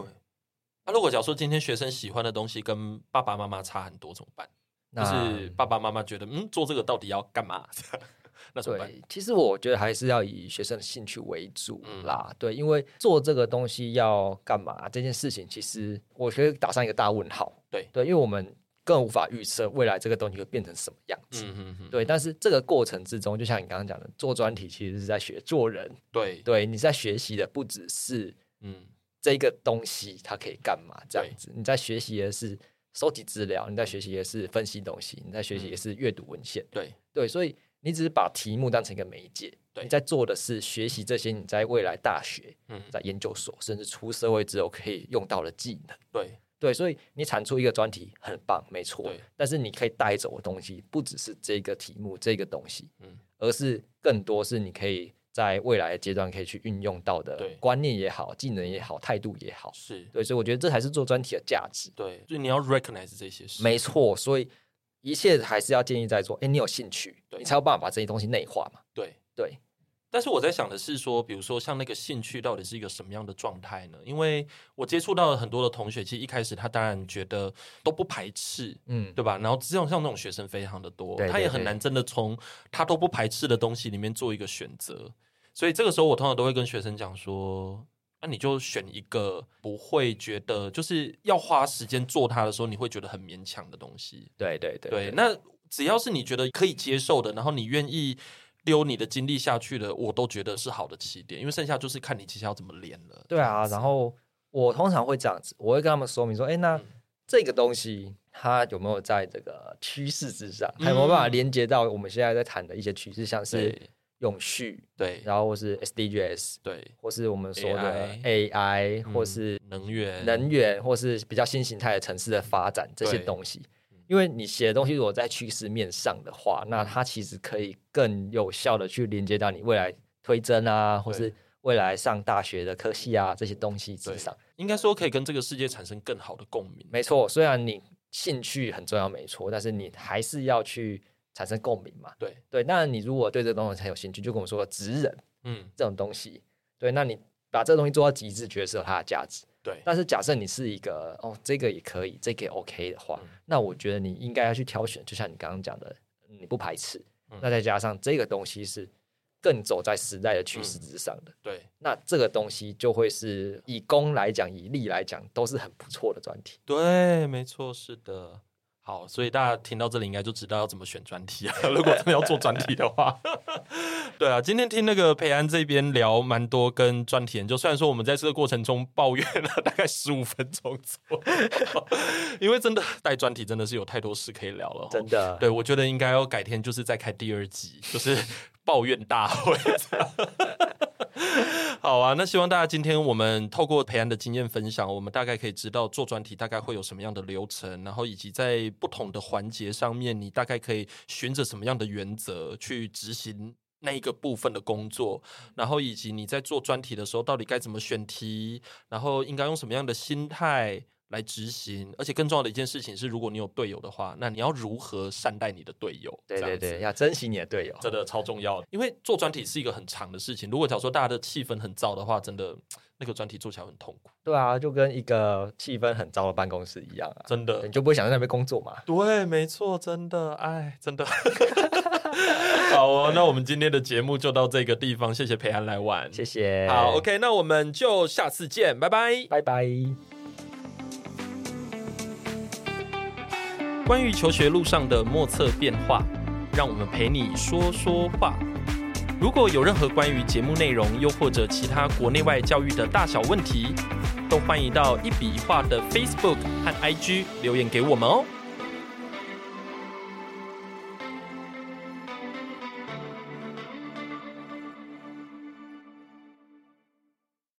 Speaker 1: 那、如果假如说今天学生喜欢的东西跟爸爸妈妈差很多，怎么办？
Speaker 2: 那
Speaker 1: 就是爸爸妈妈觉得，嗯，做这个到底要干嘛？ 那怎么办？
Speaker 2: 对，其实我觉得还是要以学生的兴趣为主
Speaker 1: 嗯
Speaker 2: 啦。对，因为做这个东西要干嘛这件事情，其实我觉得打上一个大问号。
Speaker 1: 对
Speaker 2: 对，因为我们更无法预测未来这个东西会变成什么样子。
Speaker 1: 嗯嗯，
Speaker 2: 对，但是这个过程之中，就像你刚刚讲的，做专题其实是在学做人。
Speaker 1: 对对，
Speaker 2: 对，你在学习的不只是
Speaker 1: 嗯，
Speaker 2: 这个东西它可以干嘛这样子，你在学习的是收集资料，你在学习的是分析东西，你在学习的是阅读文献。
Speaker 1: 对
Speaker 2: 对，所以你只是把题目当成一个媒介，
Speaker 1: 对
Speaker 2: 你在做的是学习这些你在未来大学、
Speaker 1: 嗯
Speaker 2: 在研究所，甚至出社会之后可以用到的技能。
Speaker 1: 对
Speaker 2: 对，所以你产出一个专题很棒，没错
Speaker 1: 对，
Speaker 2: 但是你可以带走的东西不只是这个题目这个东西，
Speaker 1: 嗯
Speaker 2: 嗯，而是更多是你可以在未来的阶段可以去运用到的
Speaker 1: 对
Speaker 2: 观念也好、技能也好、态度也好。
Speaker 1: 是，
Speaker 2: 对，所以我觉得这才是做专题的价值。
Speaker 1: 对，就你要 recognize 这些事。
Speaker 2: 没错，所以一切还是要建立在说，哎，你有兴趣，
Speaker 1: 对
Speaker 2: 你才有办法把这些东西内化嘛。
Speaker 1: 对，
Speaker 2: 对，
Speaker 1: 但是我在想的是说，比如说像那个兴趣到底是一个什么样的状态呢？因为我接触到了很多的同学，其实一开始他当然觉得都不排斥。
Speaker 2: 嗯，
Speaker 1: 对吧？然后这种像这种学生非常的多，
Speaker 2: 对
Speaker 1: 他也
Speaker 2: 对
Speaker 1: 很
Speaker 2: 对
Speaker 1: 难真的从他都不排斥的东西里面做一个选择。所以这个时候，我通常都会跟学生讲说：“那、你就选一个不会觉得就是要花时间做它的时候，你会觉得很勉强的东西。”
Speaker 2: 对对对
Speaker 1: 对，那只要是你觉得可以接受的，然后你愿意溜你的精力下去的，我都觉得是好的起点，因为剩下就是看你接下来要怎么练了。
Speaker 2: 对啊，然后我通常会这样子，我会跟他们说明说，哎，那这个东西它有没有在这个趋势之上，它有没有办法
Speaker 1: 嗯
Speaker 2: 连接到我们现在在谈的一些趋势，像是
Speaker 1: 对
Speaker 2: 永续，
Speaker 1: 对
Speaker 2: 然后或是 SDGs，
Speaker 1: 对，嗯
Speaker 2: 或是我们说的 AI，或是
Speaker 1: 能源
Speaker 2: 能源，或是比较新形态的城市的发展这些
Speaker 1: 对
Speaker 2: 东西。因为你写的东西如果在趋势面上的话，那它其实可以更有效的去连接到你未来推甄啊，或
Speaker 1: 对
Speaker 2: 是未来上大学的科系啊这些东西之
Speaker 1: 对
Speaker 2: 上。
Speaker 1: 应该说可以跟这个世界产生更好的共鸣。
Speaker 2: 没错，虽然你兴趣很重要，没错，但是你还是要去产生共鸣嘛。
Speaker 1: 对，
Speaker 2: 对，那你如果对这个东西很有兴趣，就跟我们说的职人
Speaker 1: 嗯，
Speaker 2: 这种东西，对，那你把这个东西做到极致，觉得是有它的价值。
Speaker 1: 对，
Speaker 2: 但是假设你是一个哦，这个也可以，这个也 OK 的话，
Speaker 1: 嗯
Speaker 2: 那我觉得你应该要去挑选，就像你刚刚讲的，你不排斥，
Speaker 1: 嗯
Speaker 2: 那再加上这个东西是更走在时代的趋
Speaker 1: 嗯
Speaker 2: 势之上的，
Speaker 1: 对，
Speaker 2: 那这个东西就会是以功来讲，以利来讲，都是很不错的专题。
Speaker 1: 对，没错，是的。好，所以大家听到这里应该就知道要怎么选专题了。 如果真的要做专题的话， 对啊，今天听那个培安这边聊蛮多跟专题研究，虽然说我们在这个过程中抱怨了大概十五分钟左右， 因为真的带专题真的是有太多事可以聊了。
Speaker 2: 真的，
Speaker 1: 对，我觉得应该要改天就是再开第二集，就是抱怨大会。好啊，那希望大家今天我们透过培安的经验分享，我们大概可以知道做专题大概会有什么样的流程，然后以及在不同的环节上面，你大概可以循着什么样的原则去执行。那一个部分的工作，然后以及你在做专题的时候，到底该怎么选题，然后应该用什么样的心态来执行？而且更重要的一件事情是，如果你有队友的话，那你要如何善待你的队友？
Speaker 2: 对
Speaker 1: 这
Speaker 2: 对
Speaker 1: 样子
Speaker 2: 对，要珍惜你的队友。
Speaker 1: 真的超重要的，因为做专题是一个很长的事情。如果假如说大家的气氛很燥的话，真的那个专题做起来很痛苦，
Speaker 2: 对啊，就跟一个气氛很糟的办公室一样啊，
Speaker 1: 真的
Speaker 2: 你。就不会想在那边工作嘛。
Speaker 1: 对，没错，真的，哎，真 的。好哦，那我们今天的节目就到这个地方，谢谢培安来玩，
Speaker 2: 谢谢，
Speaker 1: 好，OK，那我们就下次见，拜拜。
Speaker 2: 拜拜。
Speaker 1: 关于求学路上的莫测变化，让我们陪你说说话。如果有任何关于节目内容，又或者其他国内外教育的大小问题，都欢迎到一笔一画的 Facebook 和 IG 留言给我们哦。